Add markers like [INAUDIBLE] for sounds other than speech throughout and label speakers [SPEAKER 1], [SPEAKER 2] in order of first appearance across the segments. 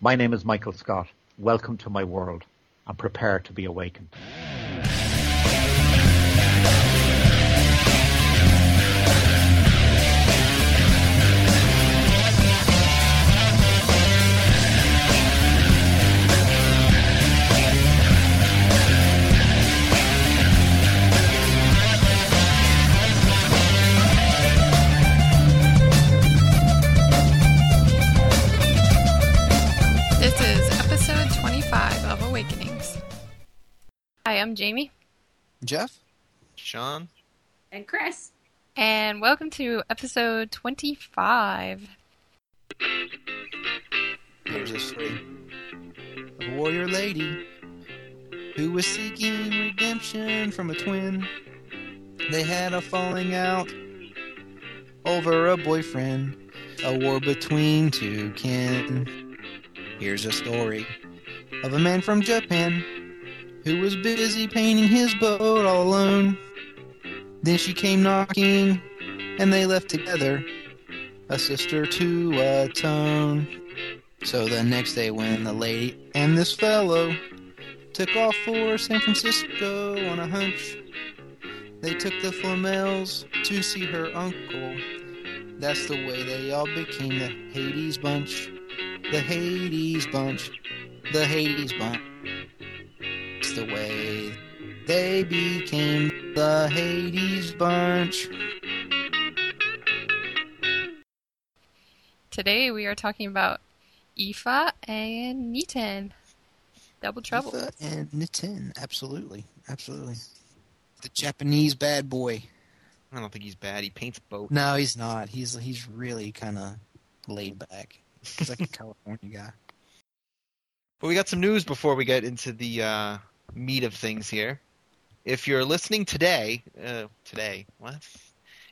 [SPEAKER 1] My name is Michael Scott. Welcome to my world and prepare to be awakened.
[SPEAKER 2] This is episode 25 of Awakenings. Hi, I'm Jamie,
[SPEAKER 3] Jeff?
[SPEAKER 4] Sean?
[SPEAKER 5] and Chris.
[SPEAKER 2] and welcome to episode 25.
[SPEAKER 3] There's a story of a warrior lady who was seeking redemption from a twin. They had a falling out over a boyfriend, a war between two kin. Here's a story of a man from Japan who was busy painting his boat all alone. Then she came knocking, and they left together, a sister to atone. So the next day, when the lady and this fellow took off for San Francisco on a hunch, they took the Flamels to see her uncle. That's the way they all became the Hades Bunch. The Hades Bunch. The Hades Bunch. It's the way they became the Hades Bunch.
[SPEAKER 2] Today we are talking about Aoife and Neaton. Double trouble.
[SPEAKER 3] Aoife And Nitin. Absolutely. Absolutely. The Japanese bad boy.
[SPEAKER 4] I don't think he's bad. He paints boats.
[SPEAKER 3] No, he's not. He's he's really kind of laid back. He's like a [LAUGHS] California guy.
[SPEAKER 4] But we got some news before we get into the uh, meat of things here. If you're listening today, uh, today, what?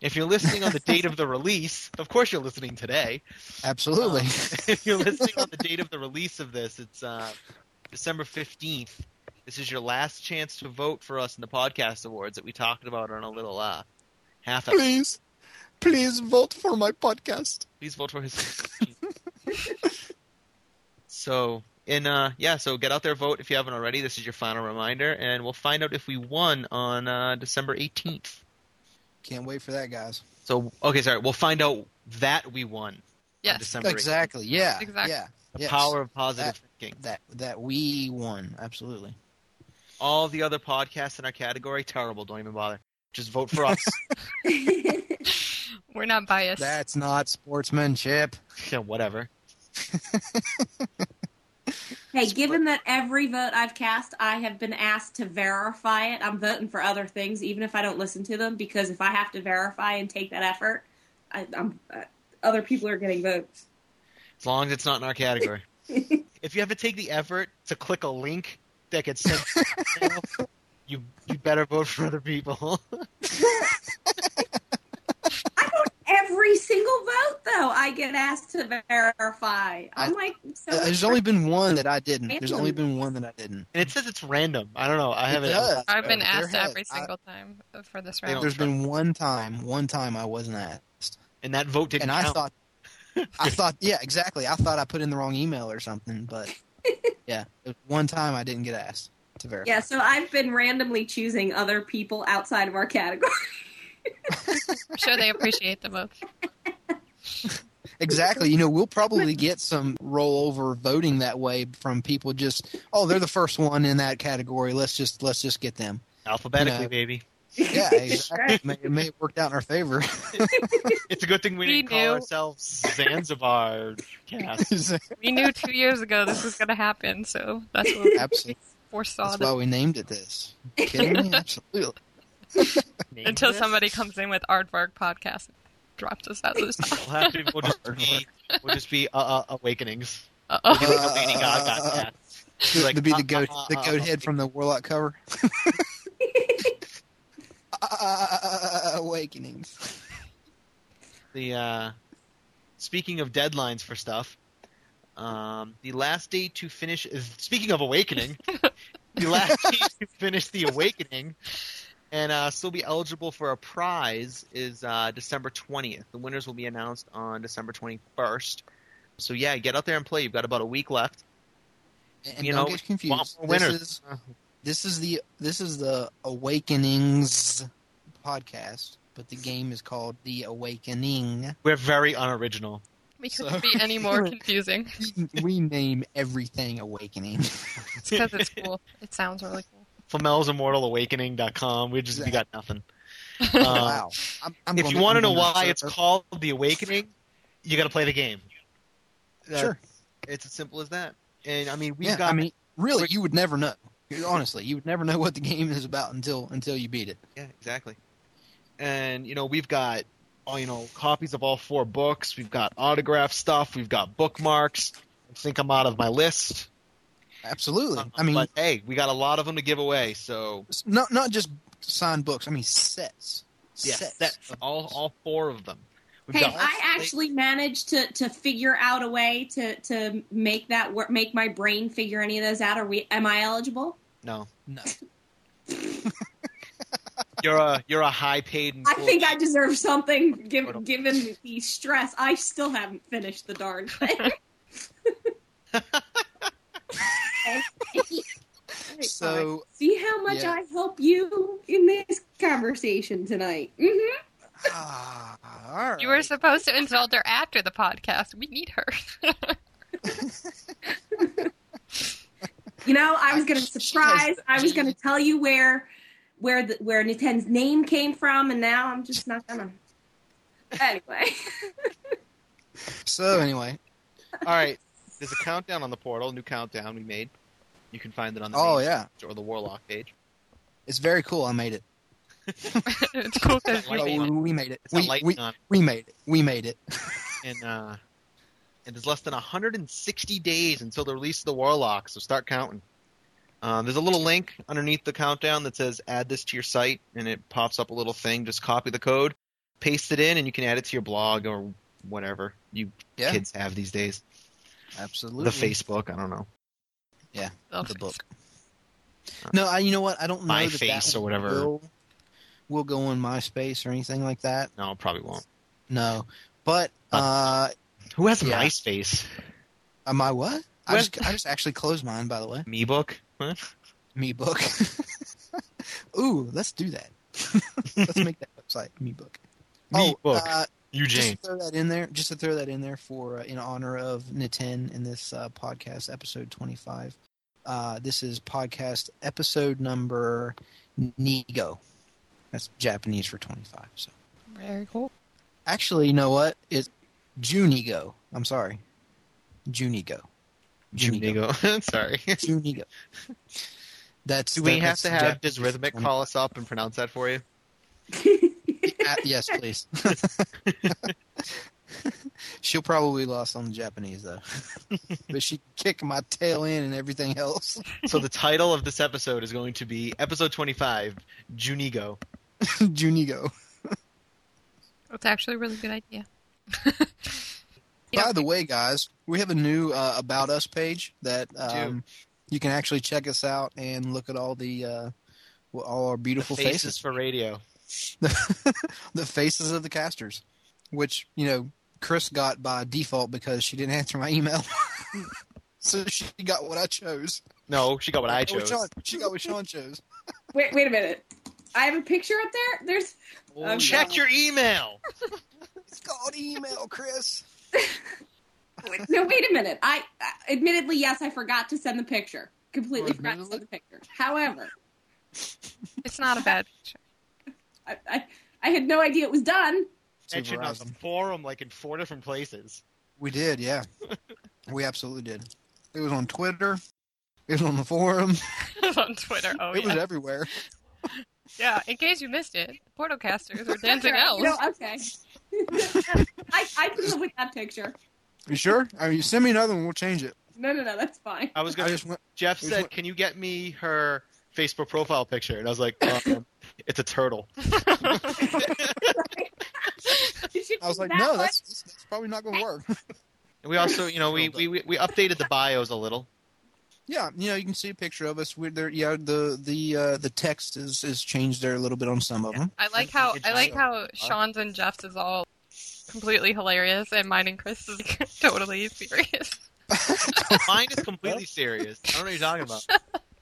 [SPEAKER 4] If you're listening on the date of the release, of course you're listening today. [LAUGHS]
[SPEAKER 3] Absolutely.
[SPEAKER 4] if you're listening on the date of the release of this, it's uh, December 15th. This is your last chance to vote for us in the podcast awards that we talked about on a little uh, half episode.
[SPEAKER 3] [LAUGHS] please, please vote for my podcast.
[SPEAKER 4] Please vote for his. [LAUGHS] so, and uh, yeah, so get out there, vote if you haven't already. This is your final reminder, and we'll find out if we won on uh, December 18th.
[SPEAKER 3] Can't wait for that, guys.
[SPEAKER 4] So, okay, sorry, we'll find out that we won on
[SPEAKER 2] Yes.
[SPEAKER 4] December 18th.
[SPEAKER 3] Exactly. Yeah.
[SPEAKER 2] Exactly.
[SPEAKER 3] Yeah.
[SPEAKER 4] The
[SPEAKER 3] Yes.
[SPEAKER 4] power of positive thinking.
[SPEAKER 3] that that we won. Absolutely.
[SPEAKER 4] All the other podcasts in our category, terrible. Don't even bother. Just vote
[SPEAKER 3] [LAUGHS]
[SPEAKER 4] for us. [LAUGHS]
[SPEAKER 2] We're not biased.
[SPEAKER 3] That's not sportsmanship.
[SPEAKER 4] yeah, whatever.
[SPEAKER 5] hey, given that every vote I've cast, I have been asked to verify it, I'm voting for other things, even if I don't listen to them, because if I have to verify and take that effort, I, I'm, uh, other people are getting votes. [LAUGHS]
[SPEAKER 4] As long as it's not in our category. if you have to take the effort to click a link that gets sent, to
[SPEAKER 3] [LAUGHS]
[SPEAKER 4] you, you you better vote for other people. [LAUGHS]
[SPEAKER 5] Every single vote, though, I get asked to verify. I'm like, so
[SPEAKER 3] Uh, There's only been one that I didn't. There's only been one that I didn't.
[SPEAKER 4] And it says it's random. I don't know. I haven't.
[SPEAKER 3] It does.
[SPEAKER 2] I've been
[SPEAKER 3] There
[SPEAKER 2] asked
[SPEAKER 3] has-
[SPEAKER 2] every
[SPEAKER 3] I-
[SPEAKER 2] single time for this
[SPEAKER 4] They don't-
[SPEAKER 2] round.
[SPEAKER 3] There's been one time, one time I wasn't asked,
[SPEAKER 4] And that vote didn't
[SPEAKER 3] and I
[SPEAKER 4] count.
[SPEAKER 3] thought, I thought, yeah, exactly. I thought I put in the wrong email or something, but yeah, it was one time I didn't get asked to verify.
[SPEAKER 5] yeah. So I've been randomly choosing other people outside of our category.
[SPEAKER 2] I'm sure they appreciate the vote.
[SPEAKER 3] Exactly. You know, we'll probably get some rollover voting that way from people just, oh, they're the first one in that category. Let's just let's just get them.
[SPEAKER 4] alphabetically,
[SPEAKER 3] you know.
[SPEAKER 4] baby.
[SPEAKER 5] [LAUGHS]
[SPEAKER 3] Yeah, exactly. it, may, it may have worked out in our favor. [LAUGHS]
[SPEAKER 4] It's a good thing we
[SPEAKER 2] We
[SPEAKER 4] didn't call
[SPEAKER 2] knew.
[SPEAKER 4] ourselves Zanzibar [LAUGHS] cast.
[SPEAKER 2] We knew two years ago this was going to happen, so that's
[SPEAKER 3] [LAUGHS]
[SPEAKER 2] what we
[SPEAKER 3] Absolutely.
[SPEAKER 2] foresaw.
[SPEAKER 3] That's
[SPEAKER 2] The,
[SPEAKER 3] why we named it this. You kidding me? Absolutely.
[SPEAKER 2] until somebody comes in with Aardvark podcast and drops us out of
[SPEAKER 3] [LAUGHS]
[SPEAKER 2] the top.
[SPEAKER 4] We'll, have to, we'll just be, we'll just be uh, uh,
[SPEAKER 3] [LAUGHS]
[SPEAKER 4] awakenings.
[SPEAKER 2] Uh-oh.
[SPEAKER 4] We'll be the Lady Gaga
[SPEAKER 3] Uh,
[SPEAKER 4] cast.
[SPEAKER 3] To,
[SPEAKER 4] Like,
[SPEAKER 3] to be
[SPEAKER 4] uh,
[SPEAKER 3] the goat,
[SPEAKER 4] uh, uh,
[SPEAKER 3] the
[SPEAKER 4] uh,
[SPEAKER 3] goat
[SPEAKER 4] uh,
[SPEAKER 3] head from the warlock cover. [LAUGHS] Uh, awakenings.
[SPEAKER 4] the uh, speaking of deadlines for stuff, um, the last day to finish is speaking
[SPEAKER 2] [LAUGHS]
[SPEAKER 4] of awakening, the last day to finish the awakening and uh, still be eligible for a prize is uh, December twentieth. The winners will be announced on December twenty first. So yeah, get out there and play. You've got about a week left.
[SPEAKER 3] And
[SPEAKER 4] you
[SPEAKER 3] don't
[SPEAKER 4] know,
[SPEAKER 3] get
[SPEAKER 4] want
[SPEAKER 3] confused.
[SPEAKER 4] more
[SPEAKER 3] This
[SPEAKER 4] winners.
[SPEAKER 2] Uh-huh.
[SPEAKER 3] is, this is the this is the Awakenings podcast, but the game is called The Awakening. [LAUGHS]
[SPEAKER 4] We're very unoriginal.
[SPEAKER 2] We
[SPEAKER 3] So-
[SPEAKER 2] couldn't be
[SPEAKER 3] [LAUGHS]
[SPEAKER 2] any more confusing.
[SPEAKER 3] we name everything Awakening.
[SPEAKER 2] It's because
[SPEAKER 4] [LAUGHS]
[SPEAKER 2] it's cool. It sounds really cool.
[SPEAKER 4] Flamel'sImmortalAwakening.com. We just we got
[SPEAKER 2] [LAUGHS]
[SPEAKER 4] nothing. Um,
[SPEAKER 3] [LAUGHS] wow. I'm, I'm
[SPEAKER 4] If
[SPEAKER 3] gonna-
[SPEAKER 4] you want to
[SPEAKER 3] I'm
[SPEAKER 4] know
[SPEAKER 3] gonna
[SPEAKER 4] why it's
[SPEAKER 3] search-
[SPEAKER 4] called The Awakening, you got to play the game.
[SPEAKER 3] sure.
[SPEAKER 4] It's as simple as that. And I mean, we've
[SPEAKER 3] yeah,
[SPEAKER 4] got
[SPEAKER 3] I mean, really, you would never know. Honestly, you would never know what the game is about until until you beat it.
[SPEAKER 4] Yeah, exactly. And you know, we've got all you know copies of all four books. We've got autograph stuff. We've got bookmarks. I think I'm out of my list. Um,
[SPEAKER 3] Absolutely. I mean,
[SPEAKER 4] Uh, but hey, we got a lot of them to give away. So
[SPEAKER 3] s- not not just signed books. I mean, sets.
[SPEAKER 4] yeah,
[SPEAKER 3] sets.
[SPEAKER 4] that's all all four of them. We've
[SPEAKER 5] Hey,
[SPEAKER 4] got
[SPEAKER 5] I actually managed to, to figure out a way to, to make that work, make my brain figure any of those out. Are we? Am I eligible?
[SPEAKER 4] no.
[SPEAKER 3] No.
[SPEAKER 4] You're a you're a high paid.
[SPEAKER 5] I think I deserve something
[SPEAKER 4] Hold
[SPEAKER 5] given
[SPEAKER 4] on.
[SPEAKER 5] given the stress. I still haven't finished
[SPEAKER 3] [LAUGHS]
[SPEAKER 5] the darn thing.
[SPEAKER 3] So
[SPEAKER 5] [LAUGHS] See how much
[SPEAKER 3] Yeah.
[SPEAKER 5] I help you in this conversation tonight. hmm
[SPEAKER 3] [LAUGHS] ah, all right.
[SPEAKER 2] You were supposed to insult her after the podcast. We need her. [LAUGHS]
[SPEAKER 5] You know, I was
[SPEAKER 3] I-
[SPEAKER 5] going to
[SPEAKER 3] she [LAUGHS] has-
[SPEAKER 5] surprise. I was
[SPEAKER 3] she-
[SPEAKER 5] going to tell you where where the, where Nintendo's name came from, and now I'm just not gonna. Anyway, [LAUGHS]
[SPEAKER 3] so anyway.
[SPEAKER 4] All right, there's a countdown on the portal. New countdown we made. You can find it on the
[SPEAKER 3] Oh
[SPEAKER 4] main
[SPEAKER 3] yeah,
[SPEAKER 4] page or the warlock page.
[SPEAKER 3] it's very cool. I made it.
[SPEAKER 2] it's cool because we
[SPEAKER 4] Like-
[SPEAKER 2] made it.
[SPEAKER 3] Oh, we made it.
[SPEAKER 4] It's got
[SPEAKER 3] We,
[SPEAKER 4] lightning
[SPEAKER 3] we,
[SPEAKER 4] on it.
[SPEAKER 3] we made it. We made it.
[SPEAKER 4] and uh, and there's less than 160 days until the release of the Warlock, so start counting. Um, there's a little link underneath the countdown that says "Add this to your site," and it pops up a little thing. Just copy the code, paste it in, and you can add it to your blog or whatever you
[SPEAKER 3] Yeah,
[SPEAKER 4] kids have these days.
[SPEAKER 3] absolutely.
[SPEAKER 4] The Facebook, I don't know,
[SPEAKER 3] the book. [LAUGHS] No, I. You know what? I don't know
[SPEAKER 4] My
[SPEAKER 3] that that
[SPEAKER 4] Face or whatever.
[SPEAKER 3] Will, will go on MySpace or anything like that.
[SPEAKER 4] No, probably won't.
[SPEAKER 3] No, but uh,
[SPEAKER 4] Who has
[SPEAKER 3] Yeah.
[SPEAKER 4] MySpace?
[SPEAKER 3] uh my what? I
[SPEAKER 4] Well-
[SPEAKER 3] just I just actually closed mine by the way.
[SPEAKER 4] Me book? Huh?
[SPEAKER 3] Me book. [LAUGHS] Ooh, let's do
[SPEAKER 4] [LAUGHS]
[SPEAKER 3] that. let's make that website me book.
[SPEAKER 4] Me
[SPEAKER 3] oh,
[SPEAKER 4] book.
[SPEAKER 3] Uh,
[SPEAKER 4] Eugene.
[SPEAKER 3] Just to throw that in there, just to throw that in there for uh, in honor of Niten in this uh, podcast episode twenty five. Uh, this is podcast episode number Nigo. That's Japanese for twenty five. So
[SPEAKER 2] Very cool.
[SPEAKER 3] actually, you know what? It's Junigo. I'm sorry, Junigo.
[SPEAKER 4] Junigo. [LAUGHS] Sorry.
[SPEAKER 3] Junigo. That's
[SPEAKER 4] Do we have
[SPEAKER 3] that's
[SPEAKER 4] to have
[SPEAKER 3] Japanese
[SPEAKER 4] Does Rhythmic
[SPEAKER 3] for
[SPEAKER 4] call us up and pronounce that for you?
[SPEAKER 3] Uh, yes, please. [LAUGHS] She'll probably lost on the Japanese though, [LAUGHS] but she kicked my tail in and everything else. [LAUGHS]
[SPEAKER 4] So the title of this episode is going to be episode 25, Junigo.
[SPEAKER 3] Junigo.
[SPEAKER 2] That's actually a really good idea. [LAUGHS]
[SPEAKER 3] By the way, guys, we have a new uh, about us page that um, you can actually check us out and look at all the uh, well, all our beautiful
[SPEAKER 4] Faces
[SPEAKER 3] faces,
[SPEAKER 4] for radio.
[SPEAKER 3] the [LAUGHS] faces of the casters, which you know Chris got by default because she didn't answer my email, [LAUGHS] so she got what I chose.
[SPEAKER 4] No, she got what I
[SPEAKER 3] Or what
[SPEAKER 4] chose.
[SPEAKER 3] Sean- she got what Sean chose.
[SPEAKER 5] wait wait a minute. I have a picture up there. There's Oh,
[SPEAKER 4] Check
[SPEAKER 5] no.
[SPEAKER 4] your email.
[SPEAKER 3] It's called email, Chris.
[SPEAKER 5] wait, no wait a minute. I uh, admittedly yes, I forgot to send the picture. Completely
[SPEAKER 3] Well,
[SPEAKER 5] forgot to send the picture. However,
[SPEAKER 2] It's not a bad picture.
[SPEAKER 5] I, I I had no idea it was done.
[SPEAKER 4] Mentioned on the forum like in four different places.
[SPEAKER 3] We did, yeah. We absolutely did. It was on Twitter. It was on the
[SPEAKER 4] [LAUGHS]
[SPEAKER 3] forum.
[SPEAKER 2] [LAUGHS] It's on Twitter. Oh,
[SPEAKER 3] it was
[SPEAKER 2] yeah.
[SPEAKER 3] everywhere.
[SPEAKER 2] Yeah, in case you missed it, [LAUGHS] portocasters are dancing
[SPEAKER 5] Sure,
[SPEAKER 2] elves.
[SPEAKER 5] You know, okay. [LAUGHS] I, I can live with that picture.
[SPEAKER 3] You sure? I mean, send me another one. We'll change it.
[SPEAKER 5] No, no, no, that's fine.
[SPEAKER 4] I was
[SPEAKER 3] I
[SPEAKER 4] going to
[SPEAKER 3] just went.
[SPEAKER 4] Jeff
[SPEAKER 3] there's
[SPEAKER 4] said,
[SPEAKER 3] one-
[SPEAKER 4] "Can you get me her Facebook profile picture?" And I was like, um, "It's a turtle."
[SPEAKER 3] I was like,
[SPEAKER 5] That
[SPEAKER 3] no,
[SPEAKER 5] one-
[SPEAKER 3] that's that's, that's probably not going to work.
[SPEAKER 4] And we also, you know, we, we we we updated the bios a little.
[SPEAKER 3] yeah, you know, you can see a picture of us. We're there. Yeah, the the uh, the text is is changed there a little bit on some of them.
[SPEAKER 2] I like how I like
[SPEAKER 3] Yeah.
[SPEAKER 2] how Sean's and Jeff's is all completely hilarious, and mine and Chris is [LAUGHS] totally serious.
[SPEAKER 4] Mine is completely serious. I don't know what you're talking about.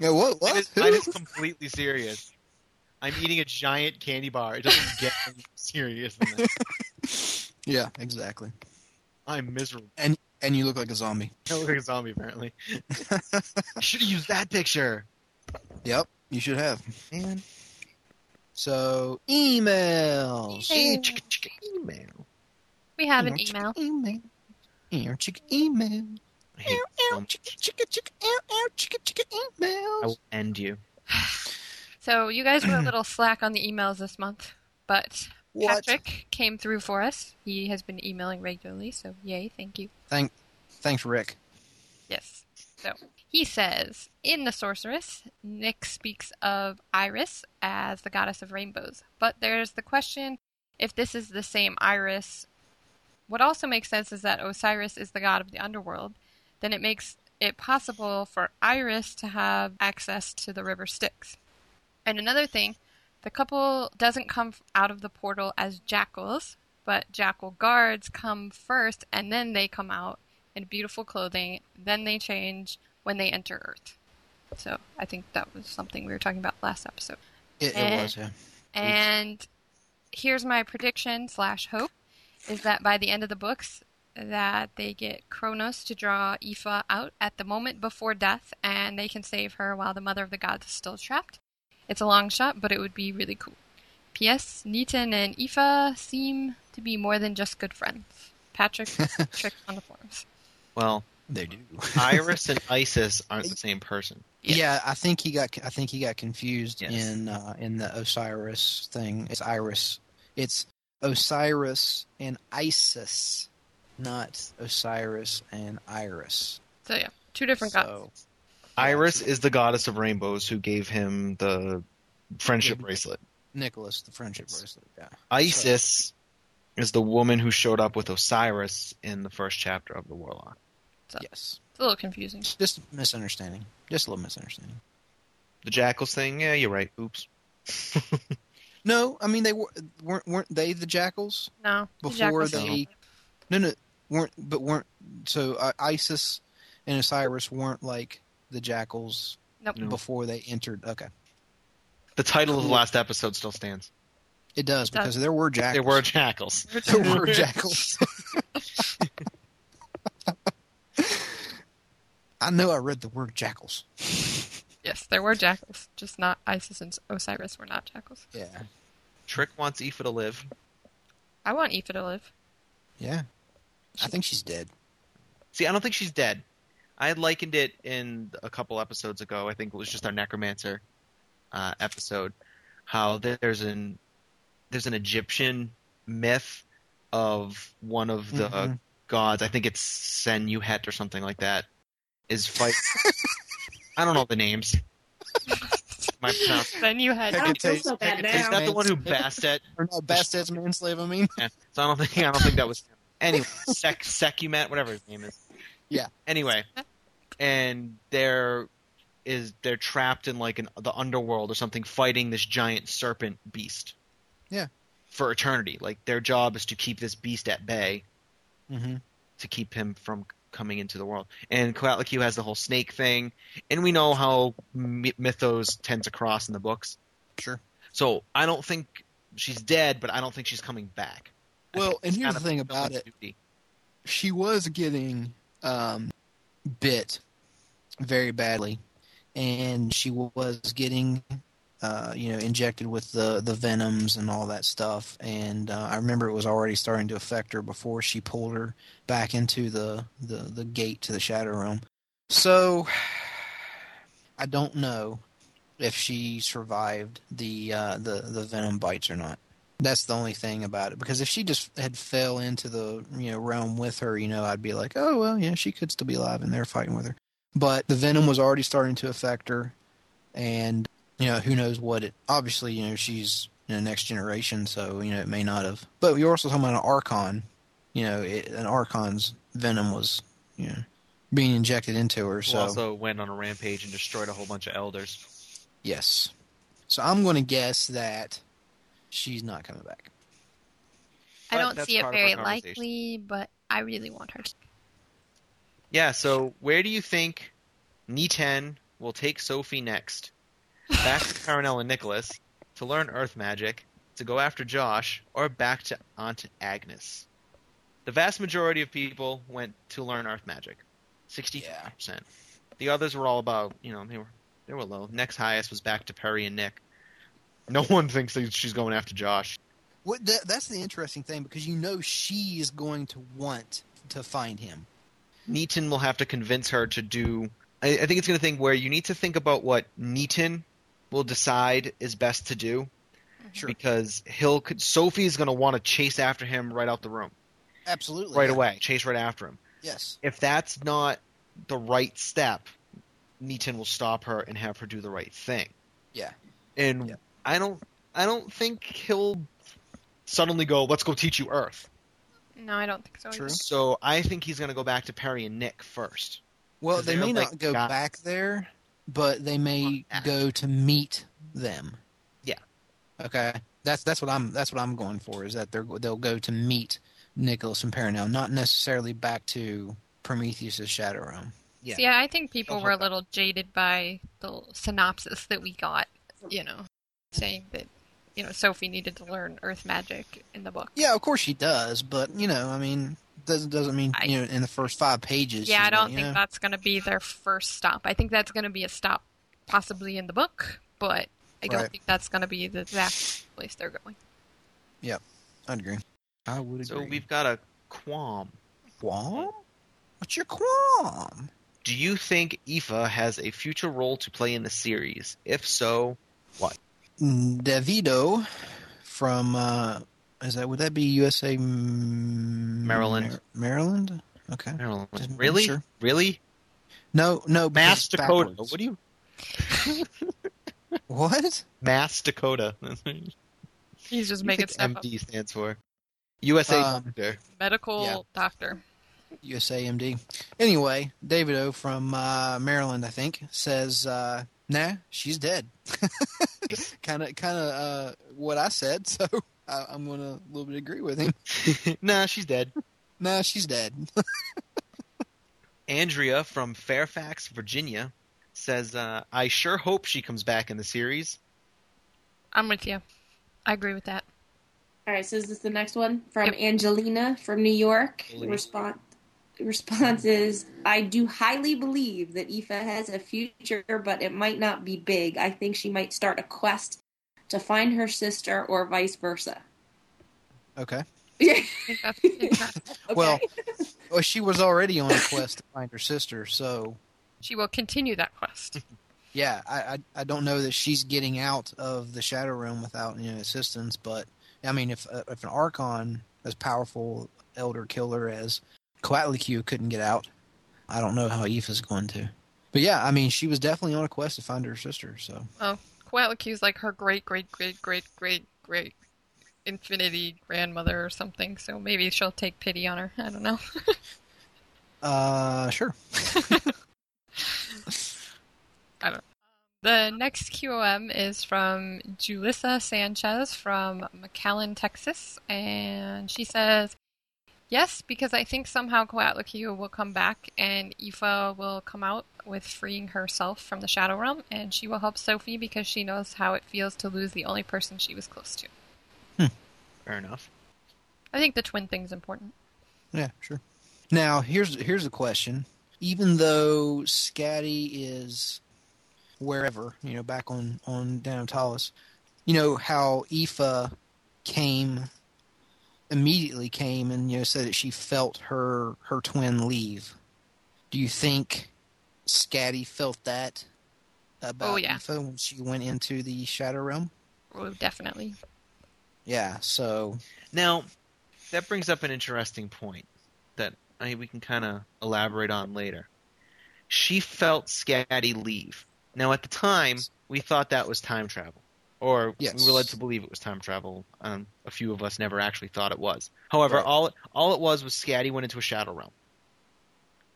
[SPEAKER 3] Yeah, what?
[SPEAKER 4] Mine
[SPEAKER 3] What? [LAUGHS]
[SPEAKER 4] is, mine is completely serious. I'm eating a giant candy bar. It doesn't get any [LAUGHS] serious than that.
[SPEAKER 3] yeah, exactly.
[SPEAKER 4] I'm miserable.
[SPEAKER 3] And you look like a zombie.
[SPEAKER 4] I look like a zombie,
[SPEAKER 3] [LAUGHS]
[SPEAKER 4] apparently. I should have used that picture.
[SPEAKER 3] Yep, you should have. Man. So emails.
[SPEAKER 2] Hey.
[SPEAKER 4] Chicka, chicka, Email.
[SPEAKER 2] We have an email.
[SPEAKER 3] Email. Ear chicka email.
[SPEAKER 4] I hate
[SPEAKER 3] Ew,
[SPEAKER 4] you so
[SPEAKER 3] ew,
[SPEAKER 4] much.
[SPEAKER 3] chicka chicka chicka ew, ew, chicka chicka
[SPEAKER 4] I
[SPEAKER 3] emails.
[SPEAKER 4] will end you.
[SPEAKER 2] So you guys were a little slack on the emails this month, but
[SPEAKER 3] What?
[SPEAKER 2] Patrick came through for us. He has been emailing regularly, so yay, thank you.
[SPEAKER 3] Thank, thanks, Rick.
[SPEAKER 2] Yes. So he says in The Sorceress, Nick speaks of Iris as the goddess of rainbows, but there's the question if this is the same Iris. What also makes sense is that Osiris is the god of the underworld, then it makes it possible for Iris to have access to the river Styx. And another thing, the couple doesn't come f- out of the portal as jackals, but jackal guards come first and then they come out in beautiful clothing, then they change when they enter Earth. So I think that was something we were talking about last episode.
[SPEAKER 3] It, it
[SPEAKER 2] Eh.
[SPEAKER 3] was. Yeah.
[SPEAKER 2] And here's my prediction slash hope is that by the end of the books that they get Kronos to draw Aoife out at the moment before death and they can save her while the mother of the gods is still trapped. It's a long shot, but it would be really cool. P.S. Neaton and Aoife seem to be more than just good friends. Patrick trick on the forums.
[SPEAKER 4] Well,
[SPEAKER 3] They do.
[SPEAKER 4] Iris and Isis aren't the same person.
[SPEAKER 3] Yeah, I think he got. I think he got confused
[SPEAKER 4] Yes.
[SPEAKER 3] in uh, in the Osiris thing. It's Iris. It's Osiris and Isis, not Osiris and Iris.
[SPEAKER 2] So yeah, two different gods.
[SPEAKER 3] So,
[SPEAKER 4] Iris is the goddess of rainbows who gave him the friendship
[SPEAKER 3] Yeah.
[SPEAKER 4] bracelet.
[SPEAKER 3] Nicholas, the friendship bracelet. Yeah.
[SPEAKER 4] Isis is the woman who showed up with Osiris in the first chapter of The Warlock.
[SPEAKER 2] So-
[SPEAKER 3] Yes.
[SPEAKER 2] It's a little confusing.
[SPEAKER 3] Just misunderstanding. Just a little misunderstanding.
[SPEAKER 4] The jackals thing, yeah, you're right. Oops.
[SPEAKER 3] No, I mean they were, weren't weren't they the jackals
[SPEAKER 2] No. the
[SPEAKER 3] before
[SPEAKER 2] jackals-
[SPEAKER 3] they? No, no, weren't but weren't so uh, Isis and Osiris weren't like the jackals
[SPEAKER 2] Nope.
[SPEAKER 4] No.
[SPEAKER 3] before they entered. Okay,
[SPEAKER 4] The title of the
[SPEAKER 3] Cool.
[SPEAKER 4] last episode still stands.
[SPEAKER 3] it does
[SPEAKER 2] It does.
[SPEAKER 3] because there were jackals.
[SPEAKER 4] There were jackals.
[SPEAKER 3] [LAUGHS] there [LAUGHS] were jackals. I know I read the word jackals.
[SPEAKER 2] Yes, there were jackals, just not Isis and Osiris were not jackals.
[SPEAKER 3] Yeah,
[SPEAKER 4] Trick wants Aoife to live.
[SPEAKER 2] I want Aoife to live.
[SPEAKER 3] yeah. I think she's dead.
[SPEAKER 4] See, I don't think she's dead. I had likened it in a couple episodes ago. I think it was just our necromancer uh, episode. How th- there's an there's an Egyptian myth of one of the
[SPEAKER 3] Mhm.
[SPEAKER 4] gods. I think it's Senuhet or something like that. Is fight. [LAUGHS] I don't know the names. [LAUGHS] My pronounce-
[SPEAKER 2] [LAUGHS] Then you
[SPEAKER 5] [LAUGHS] I
[SPEAKER 2] had
[SPEAKER 5] don't feel so bad
[SPEAKER 4] is
[SPEAKER 5] now.
[SPEAKER 4] that the one who Bastet?
[SPEAKER 3] Or not Bastet's manslave. I mean,
[SPEAKER 4] Yeah. So I don't think I don't think that was him. Anyway, Sec Secumet, whatever his name is.
[SPEAKER 3] Yeah.
[SPEAKER 4] Anyway, and they're is they're trapped in like an the underworld or something, fighting this giant serpent beast.
[SPEAKER 3] Yeah.
[SPEAKER 4] For eternity, like their job is to keep this beast at bay,
[SPEAKER 3] mm-hmm.
[SPEAKER 4] to keep him from coming into the world. And Coatlicue has the whole snake thing, and we know how my- Mythos tends to cross in the books.
[SPEAKER 3] sure.
[SPEAKER 4] So I don't think she's dead, but I don't think she's coming back. I
[SPEAKER 3] Well,
[SPEAKER 4] think
[SPEAKER 3] and
[SPEAKER 4] it's
[SPEAKER 3] here's
[SPEAKER 4] kind
[SPEAKER 3] the
[SPEAKER 4] of
[SPEAKER 3] thing
[SPEAKER 4] a
[SPEAKER 3] about it.
[SPEAKER 4] duty.
[SPEAKER 3] she was getting um, bit very badly, and she was getting, uh, you know, injected with the the venoms and all that stuff. And uh, I remember it was already starting to affect her before she pulled her back into the the, the gate to the shadow realm. So I don't know if she survived the uh, the the venom bites or not. That's the only thing about it because if she just had fell into the you know realm with her, you know, I'd be like, oh well, yeah, she could still be alive and they're fighting with her. But the venom was already starting to affect her, and you know who knows what it. Obviously, you know she's you know next generation, so you know it may not have. But we are also talking about an archon. You know, it, an archon's venom was you know being injected into her.
[SPEAKER 4] who
[SPEAKER 3] So
[SPEAKER 4] also went on a rampage and destroyed a whole bunch of elders.
[SPEAKER 3] yes, so I'm going to guess that she's not coming back.
[SPEAKER 2] I
[SPEAKER 4] But
[SPEAKER 2] don't
[SPEAKER 4] that's
[SPEAKER 2] see it
[SPEAKER 4] part of our
[SPEAKER 2] very
[SPEAKER 4] conversation.
[SPEAKER 2] likely, but I really want her. to.
[SPEAKER 4] Yeah, so where do you think Niten will take Sophie next? Back to Carinel and Nicholas to learn Earth magic, to go after Josh, or back to Aunt Agnes? The vast majority of people went to learn Earth magic, sixty percent. The others were all about, you know, they were they were low. Next highest was back to Perry and Nick. No [LAUGHS] one thinks that she's going after Josh.
[SPEAKER 3] What, that, that's the interesting thing because you know she is going to want to find him.
[SPEAKER 4] Neaton will have to convince her to do. I, I think it's going to think where you need to think about what Neaton will decide is best to do.
[SPEAKER 3] Sure.
[SPEAKER 4] Because he'll could, Sophie's going to want to chase after him right out the room,
[SPEAKER 3] Absolutely.
[SPEAKER 4] right
[SPEAKER 3] yeah.
[SPEAKER 4] away, chase right after him.
[SPEAKER 3] Yes.
[SPEAKER 4] If that's not the right step, Neaton will stop her and have her do the right thing.
[SPEAKER 3] Yeah.
[SPEAKER 4] And
[SPEAKER 3] Yeah.
[SPEAKER 4] I don't, I don't think he'll suddenly go, "Let's go teach you Earth."
[SPEAKER 2] No, I don't think so. either.
[SPEAKER 3] True.
[SPEAKER 4] So I think he's going to go back to Perry and Nick first.
[SPEAKER 3] Well,
[SPEAKER 4] 'Cause
[SPEAKER 3] they
[SPEAKER 4] they're
[SPEAKER 3] may
[SPEAKER 4] like
[SPEAKER 3] not go
[SPEAKER 4] guys.
[SPEAKER 3] back there, but they may
[SPEAKER 4] Contact.
[SPEAKER 3] go to meet them.
[SPEAKER 4] Yeah.
[SPEAKER 3] Okay. That's that's what I'm that's what I'm going for is that they're they'll go to meet Nicholas and Paranel, not necessarily back to Prometheus's Shadow Realm.
[SPEAKER 4] Yeah.
[SPEAKER 2] See, I think people
[SPEAKER 4] Don't
[SPEAKER 2] were a
[SPEAKER 4] hold back.
[SPEAKER 2] little jaded by the synopsis that we got, you know, saying that, you know, Sophie needed to learn earth magic in the book.
[SPEAKER 3] Yeah, of course she does, but you know, I mean, doesn't doesn't mean
[SPEAKER 2] I-
[SPEAKER 3] you know in the first five pages.
[SPEAKER 2] Yeah,
[SPEAKER 3] she's
[SPEAKER 2] I don't
[SPEAKER 3] like, you
[SPEAKER 2] think
[SPEAKER 3] know,
[SPEAKER 2] that's going to be their first stop. I think that's going to be a stop possibly in the book, but I don't
[SPEAKER 3] Right.
[SPEAKER 2] think that's going to be the exact place they're going.
[SPEAKER 3] I'd agree. I would agree.
[SPEAKER 4] So we've got a qualm.
[SPEAKER 3] qualm. What's your qualm?
[SPEAKER 4] Do you think Aoife has a future role to play in the series? If so,
[SPEAKER 3] Davido from uh is that would that be USA mm,
[SPEAKER 4] Maryland.
[SPEAKER 3] Mar- Maryland? Okay.
[SPEAKER 4] Maryland.
[SPEAKER 3] Just making
[SPEAKER 4] Really?
[SPEAKER 3] sure.
[SPEAKER 4] Really?
[SPEAKER 3] No, no. because
[SPEAKER 4] Mass
[SPEAKER 3] it's
[SPEAKER 4] Dakota.
[SPEAKER 3] backwards.
[SPEAKER 4] What do you?
[SPEAKER 3] What?
[SPEAKER 4] Mass Dakota. [LAUGHS] That's what you
[SPEAKER 2] He's just making
[SPEAKER 4] think
[SPEAKER 2] stuff up.
[SPEAKER 4] MD stands for USA.
[SPEAKER 3] Um,
[SPEAKER 4] Doctor.
[SPEAKER 2] Medical
[SPEAKER 3] Yeah.
[SPEAKER 2] doctor.
[SPEAKER 3] USAMD. Anyway, David O from uh, Maryland, I think, says, uh, "Nah, she's dead." [LAUGHS] Kind of, kind of uh, what I said. So I, I'm gonna a little bit agree with him.
[SPEAKER 4] [LAUGHS] nah, she's dead.
[SPEAKER 3] Nah, she's dead.
[SPEAKER 4] Andrea from Fairfax, Virginia, says, uh, "I sure hope she comes back in the series."
[SPEAKER 2] I'm with you. I agree with that.
[SPEAKER 5] All right, so is this the next one from
[SPEAKER 2] Yep.
[SPEAKER 5] Angelina from New York?
[SPEAKER 4] Please.
[SPEAKER 5] Response response is I do highly believe that Aoife has a future, but it might not be big. I think she might start a quest to find her sister or vice versa. [LAUGHS]
[SPEAKER 3] Okay.
[SPEAKER 5] okay.
[SPEAKER 2] I think that's interesting.
[SPEAKER 5] [LAUGHS]
[SPEAKER 3] Well- Well, she was already on a quest to find her sister, so
[SPEAKER 2] she will continue that quest.
[SPEAKER 3] yeah, I, I I don't know that she's getting out of the Shadow Realm without you know assistance, but I mean, if uh, if an Archon as powerful Elder Killer as Coatlicue couldn't get out, I don't know how Aoife is going to. But yeah, I mean, she was definitely on a quest to find her sister. So
[SPEAKER 2] Coatlicue's like her great great great great great great infinity grandmother or something, so maybe she'll take pity on her. I don't know.
[SPEAKER 3] uh, sure.
[SPEAKER 2] The next QOM is from Julissa Sanchez from McAllen, Texas, and she says, Yes, because I think somehow Coatlicue will come back and Aoife will come out with freeing herself from the Shadow Realm, and she will help Sophie because she knows how it feels to lose the only person she was close to.
[SPEAKER 4] Fair enough.
[SPEAKER 2] I think the twin thing's important.
[SPEAKER 3] Yeah, sure. Now here's here's a question. Even though Scatty is wherever, you know, back on on Danatalus, you know how Aoife came immediately came and you know said that she felt her her twin leave. Do you think Scatty felt that about
[SPEAKER 2] Oh, yeah.
[SPEAKER 3] Aoife when she went into the Shadow Realm?
[SPEAKER 2] Oh, definitely.
[SPEAKER 3] Yeah, so
[SPEAKER 4] Now, that brings up an interesting point that I, we can kind of elaborate on later. She felt Scatty leave. Now, at the time, we thought that was time travel, or
[SPEAKER 3] Yes.
[SPEAKER 4] we were led to believe it was time travel. Um, a few of us never actually thought it was. However,
[SPEAKER 3] Right.
[SPEAKER 4] all all it was was Scatty went into a shadow realm.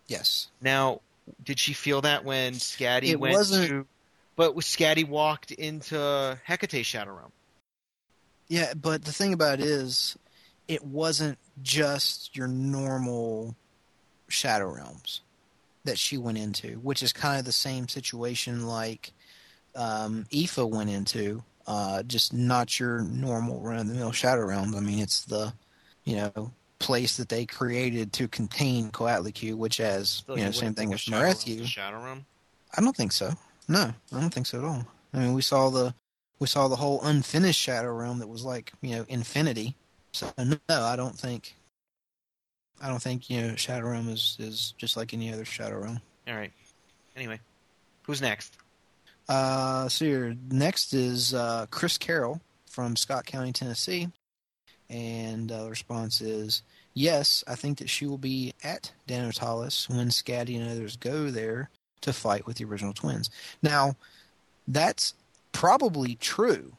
[SPEAKER 3] yes.
[SPEAKER 4] Now, did she feel that when Scatty
[SPEAKER 3] It
[SPEAKER 4] went
[SPEAKER 3] wasn't-
[SPEAKER 4] to? But was Scatty walked into Hecate's shadow realm.
[SPEAKER 3] Yeah, but the thing about it is, it wasn't just your normal shadow realms that she went into, which is kind of the same situation like um, Aoife went into, uh, just not your normal run of the mill shadow realms. I mean, it's the you know place that they created to contain Coatlicue, which as
[SPEAKER 4] So
[SPEAKER 3] you know,
[SPEAKER 4] wouldn't
[SPEAKER 3] same thing
[SPEAKER 4] call
[SPEAKER 3] with
[SPEAKER 4] Shadow Realm the
[SPEAKER 3] Marethue.
[SPEAKER 4] Shadow Realm.
[SPEAKER 3] I don't think so. No, I don't think so at all. I mean, we saw the we saw the whole unfinished Shadow Realm that was like you know infinity. So no, I don't think. I don't think you know Shadow Realm is is just like any other Shadow Realm.
[SPEAKER 4] All right. Anyway, who's next?
[SPEAKER 3] Uh, so your next is uh, Chris Carroll from Scott County, Tennessee, and uh, the response is yes. I think that she will be at Danotalis when Scatty and others go there to fight with the original twins. Now, that's probably true.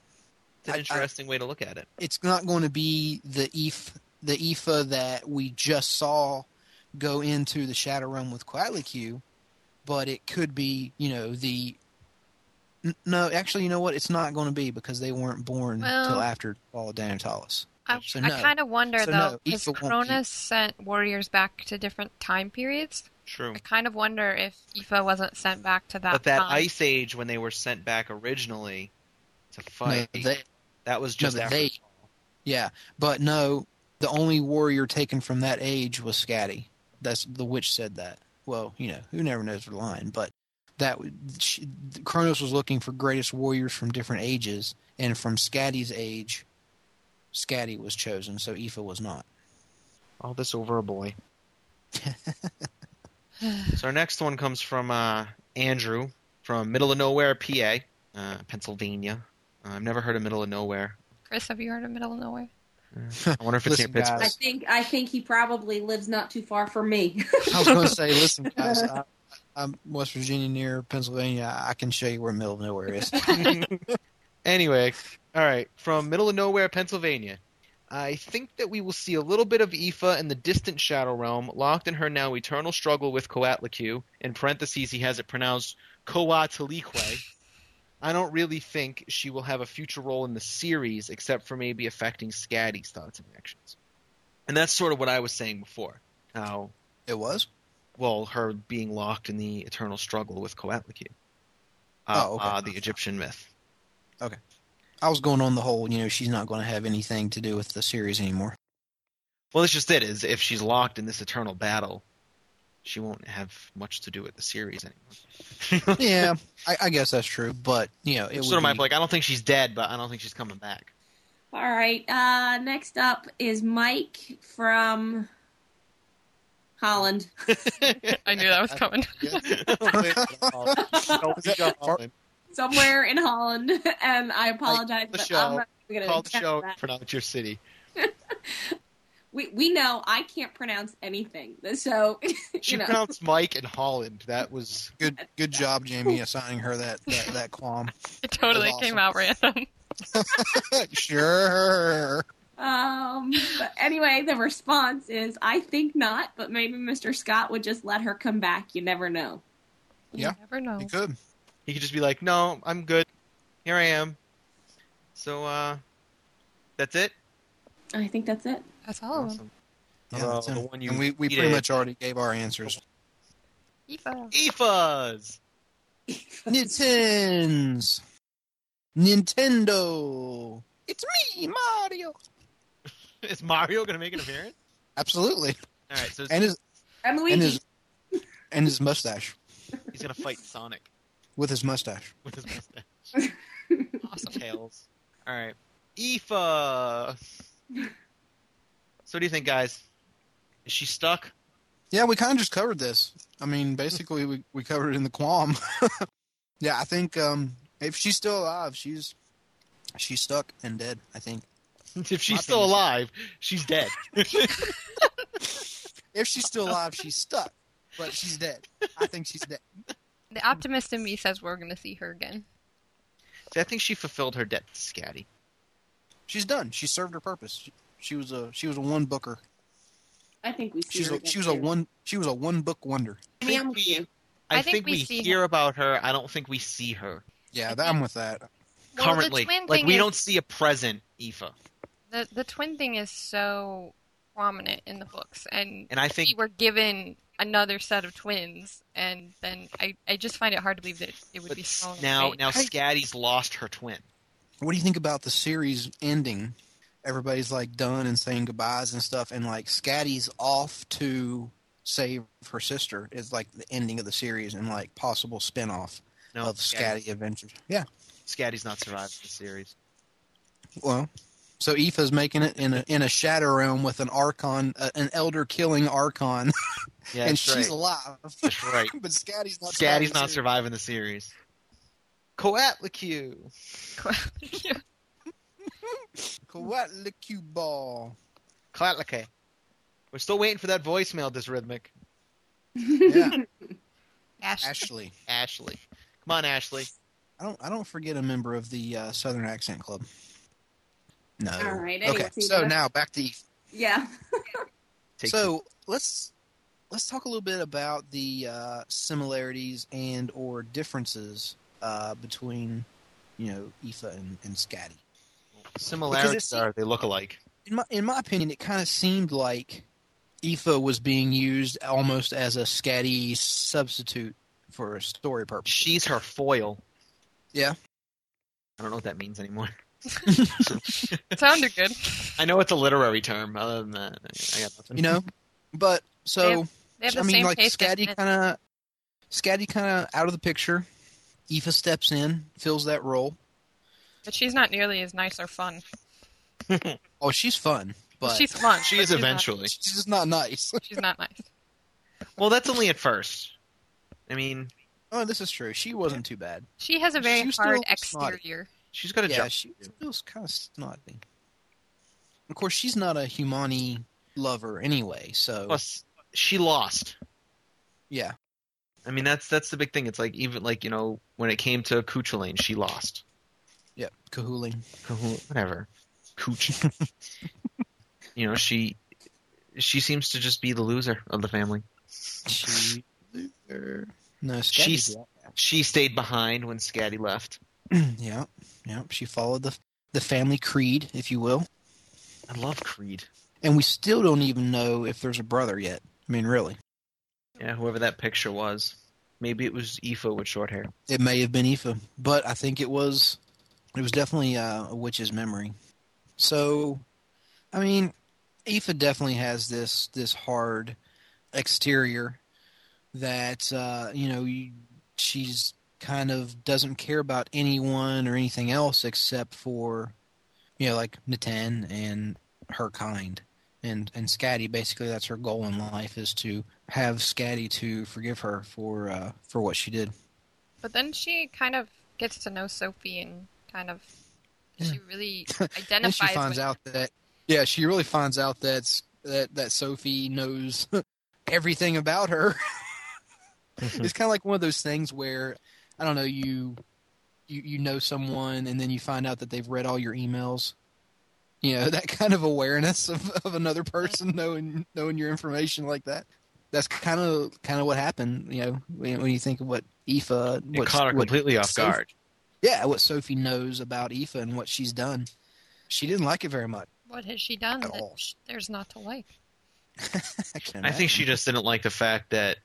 [SPEAKER 4] It's an
[SPEAKER 3] I- I-
[SPEAKER 4] interesting way to look at it.
[SPEAKER 3] It's not going to be the Aoife, the Aoife that we just saw go into the Shadow Realm with Quatlicue, but it could be, you know, the. N- No, actually, you know what? It's not going to be because they weren't born
[SPEAKER 2] Well-
[SPEAKER 3] till after Fall of Danotalis.
[SPEAKER 2] I,
[SPEAKER 3] So
[SPEAKER 2] I
[SPEAKER 3] no.
[SPEAKER 2] kind of wonder
[SPEAKER 3] So
[SPEAKER 2] though,
[SPEAKER 3] no,
[SPEAKER 2] because
[SPEAKER 3] Aoife won't be-
[SPEAKER 2] Cronus sent warriors back to different time periods.
[SPEAKER 4] True.
[SPEAKER 2] I kind of wonder if Aoife wasn't sent back to that.
[SPEAKER 4] But that
[SPEAKER 2] time.
[SPEAKER 4] Ice Age, when they were sent back originally to fight,
[SPEAKER 3] No, they,
[SPEAKER 4] that was just
[SPEAKER 3] no, but
[SPEAKER 4] after
[SPEAKER 3] they- yeah, but no, the only warrior taken from that age was Scatty. That's the witch said that. Well, you know, who never knows the line, but that w- she, Kronos was looking for greatest warriors from different ages, and from Scatty's age, Scatty was chosen, so Aoife was not.
[SPEAKER 4] all this over
[SPEAKER 3] [LAUGHS]
[SPEAKER 4] a boy. so our next one comes from uh, Andrew from middle of nowhere, PA, uh, Pennsylvania. Uh, I've never heard of middle of nowhere.
[SPEAKER 2] Chris, have you heard of Middle of Nowhere?
[SPEAKER 4] I wonder if it's
[SPEAKER 3] Listen,
[SPEAKER 4] near Pittsburgh.
[SPEAKER 5] I
[SPEAKER 3] guys.
[SPEAKER 5] think I think he probably lives not too far from me. [LAUGHS]
[SPEAKER 3] I was going to say, listen, guys, I, I'm West Virginia near Pennsylvania. I can show you where middle of nowhere is.
[SPEAKER 4] [LAUGHS] anyway, all right, from middle of nowhere, Pennsylvania. I think that we will see a little bit of Aoife in the distant Shadow Realm, locked in her now eternal struggle with Coatlicue. In parentheses, he has it pronounced Coatlique. I don't really think she will have a future role in the series, except for maybe affecting Scatty's thoughts and actions. And that's sort of what I was saying before. How,
[SPEAKER 3] It was?
[SPEAKER 4] well, her being locked in the eternal struggle with Coatlicue. Uh,
[SPEAKER 3] Oh, okay.
[SPEAKER 4] uh, the Egyptian myth.
[SPEAKER 3] I was going on the whole, you know, she's not going to have anything to do with the series anymore.
[SPEAKER 4] Well, that's just it. Is if she's locked in this eternal battle, she won't have much to do with the series anymore.
[SPEAKER 3] yeah, I, I guess that's true. But you know, it
[SPEAKER 4] [LAUGHS] it's
[SPEAKER 3] would
[SPEAKER 4] sort of my
[SPEAKER 3] be-
[SPEAKER 4] like. I don't think she's dead, but I don't think she's coming back. [LAUGHS]
[SPEAKER 5] All right. Uh, next up is Mike from Holland. [LAUGHS]
[SPEAKER 2] I knew that was coming. [LAUGHS]
[SPEAKER 4] Call
[SPEAKER 5] somewhere in Holland, [LAUGHS] and I apologize,
[SPEAKER 4] the
[SPEAKER 5] but
[SPEAKER 4] show.
[SPEAKER 5] I'm not even gonna
[SPEAKER 4] the
[SPEAKER 5] attempt
[SPEAKER 4] show.
[SPEAKER 5] that.
[SPEAKER 4] Pronounce your
[SPEAKER 3] [LAUGHS]
[SPEAKER 4] city.
[SPEAKER 5] We we know I can't pronounce anything, so [LAUGHS]
[SPEAKER 4] She
[SPEAKER 5] you know.
[SPEAKER 4] pronounced Mike and Holland. That was
[SPEAKER 3] good. Good job, Jamie, assigning her that that, that qualm. [LAUGHS]
[SPEAKER 2] It totally
[SPEAKER 3] That's
[SPEAKER 2] came out random.
[SPEAKER 3] sure.
[SPEAKER 5] Um, but anyway, the response is I think not, but maybe Mr. Scott would just let her come back. You never know.
[SPEAKER 3] Yeah.
[SPEAKER 2] You never know.
[SPEAKER 3] You could.
[SPEAKER 4] he could just be like, "No, I'm good. Here I am." So uh, that's it.
[SPEAKER 5] I think that's it.
[SPEAKER 2] That's
[SPEAKER 3] Oh.
[SPEAKER 2] all of them.
[SPEAKER 4] Awesome.
[SPEAKER 3] Yeah,
[SPEAKER 4] Although
[SPEAKER 3] that's
[SPEAKER 4] Oh, the
[SPEAKER 3] him.
[SPEAKER 4] one you
[SPEAKER 3] and we, we
[SPEAKER 4] tweeted-
[SPEAKER 3] pretty much already gave our answers.
[SPEAKER 2] Aoife.
[SPEAKER 4] E Ifas.
[SPEAKER 3] Nintends. Nintendo. It's me, Mario.
[SPEAKER 4] Is Mario gonna make an appearance?
[SPEAKER 3] Absolutely.
[SPEAKER 4] All right, so it's-
[SPEAKER 3] And his
[SPEAKER 5] I'm
[SPEAKER 3] and
[SPEAKER 5] Luigi.
[SPEAKER 3] his and his mustache
[SPEAKER 4] he's gonna fight Sonic
[SPEAKER 3] with his mustache.
[SPEAKER 4] [LAUGHS] with his mustache.
[SPEAKER 2] [LAUGHS] Awesome.
[SPEAKER 4] Tails. All right. Aoife. So what do you think, guys? Is she stuck?
[SPEAKER 3] Yeah, we kind of just covered this. I mean, basically, we, we covered it in the qualm. [LAUGHS] yeah, I think um, if she's still alive, she's she's stuck and dead. I think
[SPEAKER 4] [LAUGHS] If
[SPEAKER 3] My
[SPEAKER 4] she's still
[SPEAKER 3] opinion.
[SPEAKER 4] alive, she's dead.
[SPEAKER 3] if she's still alive, she's stuck, but she's dead. I think she's dead.
[SPEAKER 2] The optimist in me says we're going to see her again.
[SPEAKER 4] [LAUGHS] See, I think she fulfilled her debt to Scatty.
[SPEAKER 3] She's done. She served her purpose. She, she was a she was a one booker.
[SPEAKER 5] I think we see
[SPEAKER 3] She was
[SPEAKER 5] her
[SPEAKER 3] a,
[SPEAKER 5] again,
[SPEAKER 3] she was a
[SPEAKER 5] too. [LAUGHS]
[SPEAKER 3] one she was a one book wonder.
[SPEAKER 5] I mean, I'm with you.
[SPEAKER 4] I,
[SPEAKER 2] I think
[SPEAKER 4] think,
[SPEAKER 2] we
[SPEAKER 4] we,
[SPEAKER 2] see
[SPEAKER 4] hear about her. I don't think we see her
[SPEAKER 3] Yeah, that, I'm with that.
[SPEAKER 2] Well, the
[SPEAKER 4] currently.
[SPEAKER 2] twin
[SPEAKER 4] like
[SPEAKER 2] thing
[SPEAKER 4] we
[SPEAKER 2] is-
[SPEAKER 4] don't see a present Aoife.
[SPEAKER 2] the the twin thing is so prominent in the books, and
[SPEAKER 4] And I think
[SPEAKER 2] we were given another set of twins, and then I, I just find it hard to believe that it would
[SPEAKER 4] but
[SPEAKER 2] be
[SPEAKER 4] s-
[SPEAKER 2] thrown
[SPEAKER 4] now
[SPEAKER 2] away.
[SPEAKER 4] now
[SPEAKER 3] Hey.
[SPEAKER 4] Scatty's lost her twin.
[SPEAKER 3] What do you think about the series ending? Everybody's like done and saying goodbyes and stuff, and like Scatty's off to save her sister is like the ending of the series and like possible spinoff
[SPEAKER 4] No,
[SPEAKER 3] of Scatty Adventures. Yeah.
[SPEAKER 4] Scatty's not survived the [LAUGHS] series.
[SPEAKER 3] Well, so Aoife's making it in a in a shadow realm with an archon, uh, an elder killing archon, [LAUGHS]
[SPEAKER 4] Yeah,
[SPEAKER 3] and
[SPEAKER 4] that's
[SPEAKER 3] she's
[SPEAKER 4] right.
[SPEAKER 3] alive. [LAUGHS]
[SPEAKER 4] That's right.
[SPEAKER 3] but Scatty's not. surviving
[SPEAKER 4] Scatty's
[SPEAKER 3] the
[SPEAKER 4] not
[SPEAKER 3] series.
[SPEAKER 4] surviving the series. Coatlicue.
[SPEAKER 3] Coatlicue ball.
[SPEAKER 4] Coatlicue. We're still waiting for that voicemail, Dysrhythmic.
[SPEAKER 3] Yeah,
[SPEAKER 2] [LAUGHS] Ash-
[SPEAKER 3] Ashley.
[SPEAKER 4] Ashley. Come on, Ashley.
[SPEAKER 3] I don't. I don't forget a member of the uh, Southern Accent Club. No.
[SPEAKER 5] All right,
[SPEAKER 3] Okay.
[SPEAKER 5] anyway,
[SPEAKER 3] So
[SPEAKER 5] Eva.
[SPEAKER 3] now back to Aoife.
[SPEAKER 5] Yeah.
[SPEAKER 4] Take
[SPEAKER 3] so let's let's talk a little bit about the uh, similarities and or differences uh, between you know Aoife and, and Scatty.
[SPEAKER 4] the similarities
[SPEAKER 3] because it's-
[SPEAKER 4] are they look alike.
[SPEAKER 3] in my in my opinion, it kind of seemed like Aoife was being used almost as a scatty substitute for a story purpose.
[SPEAKER 4] She's her foil.
[SPEAKER 3] Yeah.
[SPEAKER 4] I don't know what that
[SPEAKER 3] [LAUGHS]
[SPEAKER 4] means anymore. [LAUGHS]
[SPEAKER 2] sounded good.
[SPEAKER 4] I know it's a literary term. Other than that, I got nothing.
[SPEAKER 3] You know, but so
[SPEAKER 2] They have the
[SPEAKER 3] I mean,
[SPEAKER 2] same
[SPEAKER 3] like
[SPEAKER 2] taste.
[SPEAKER 3] Scatty
[SPEAKER 2] in-
[SPEAKER 3] kind of Scatty kind of out of the picture. Aoife steps in, fills that role.
[SPEAKER 2] but she's not nearly as nice or fun.
[SPEAKER 3] Oh, she's fun, but
[SPEAKER 2] she's fun.
[SPEAKER 4] she
[SPEAKER 2] but
[SPEAKER 4] is
[SPEAKER 2] she's
[SPEAKER 4] eventually.
[SPEAKER 3] [LAUGHS] she's just not nice. [LAUGHS]
[SPEAKER 2] Not, she's not nice.
[SPEAKER 4] Well, that's only at first. I mean,
[SPEAKER 3] oh, this is true. She wasn't too bad.
[SPEAKER 2] She has a very
[SPEAKER 3] She's
[SPEAKER 2] hard
[SPEAKER 3] still snotty.
[SPEAKER 2] exterior.
[SPEAKER 4] she's got a
[SPEAKER 3] yeah,
[SPEAKER 4] job.
[SPEAKER 3] she feels kind of snotty. Of course, she's not a humani lover anyway, so
[SPEAKER 4] Plus, she lost.
[SPEAKER 3] yeah.
[SPEAKER 4] I mean, that's that's the big thing. It's like even like you know when it came to Kuchulain, she lost.
[SPEAKER 3] Yep, Kahooling.
[SPEAKER 4] Kahul- Whatever,
[SPEAKER 3] [LAUGHS]
[SPEAKER 4] Kuch. you know she she seems to just be the loser of the family.
[SPEAKER 3] She, no, Scatty's
[SPEAKER 4] She's- She stayed behind when Scatty left.
[SPEAKER 3] [CLEARS THROAT] yeah, yeah. She followed the the family creed, if you will,
[SPEAKER 4] I love Creed.
[SPEAKER 3] and we still don't even know if there's a brother yet. I mean, really,
[SPEAKER 4] Yeah, whoever that picture was. Maybe it was Aoife with short hair.
[SPEAKER 3] it may have been Aoife, but I think it was it was definitely uh, a witch's memory. So, I mean, Aoife definitely has this this hard exterior that uh, you know you, she's kind of doesn't care about anyone or anything else except for you know like Natan and her kind and and Scatty basically that's her goal in life is to have Scatty to forgive her for uh, for what she did.
[SPEAKER 2] But then she kind of gets to know Sophie and kind of she
[SPEAKER 3] [LAUGHS]
[SPEAKER 2] really
[SPEAKER 3] And
[SPEAKER 2] identifies.
[SPEAKER 3] she finds
[SPEAKER 2] with-
[SPEAKER 3] out that yeah, she really finds out that that that Sophie knows [LAUGHS] everything about her. [LAUGHS]
[SPEAKER 4] Hmm.
[SPEAKER 3] it's kind of like one of those things where I don't know you you you know someone and then you find out that they've read all your emails. You know [LAUGHS] that kind of awareness of, of another person knowing knowing your information like that. That's kind of kind of what happened. You know when, when you think of what Aoife, what,
[SPEAKER 4] It caught her
[SPEAKER 3] what
[SPEAKER 4] completely off
[SPEAKER 3] Sophie-
[SPEAKER 4] guard.
[SPEAKER 3] yeah, what Sophie knows about Aoife and what she's done. She didn't like it very much. [LAUGHS]
[SPEAKER 2] What has she done?
[SPEAKER 3] At
[SPEAKER 2] That
[SPEAKER 3] all.
[SPEAKER 2] sh- there's not to like.
[SPEAKER 3] I, can't
[SPEAKER 4] I think she
[SPEAKER 3] imagine.
[SPEAKER 4] just didn't like the fact that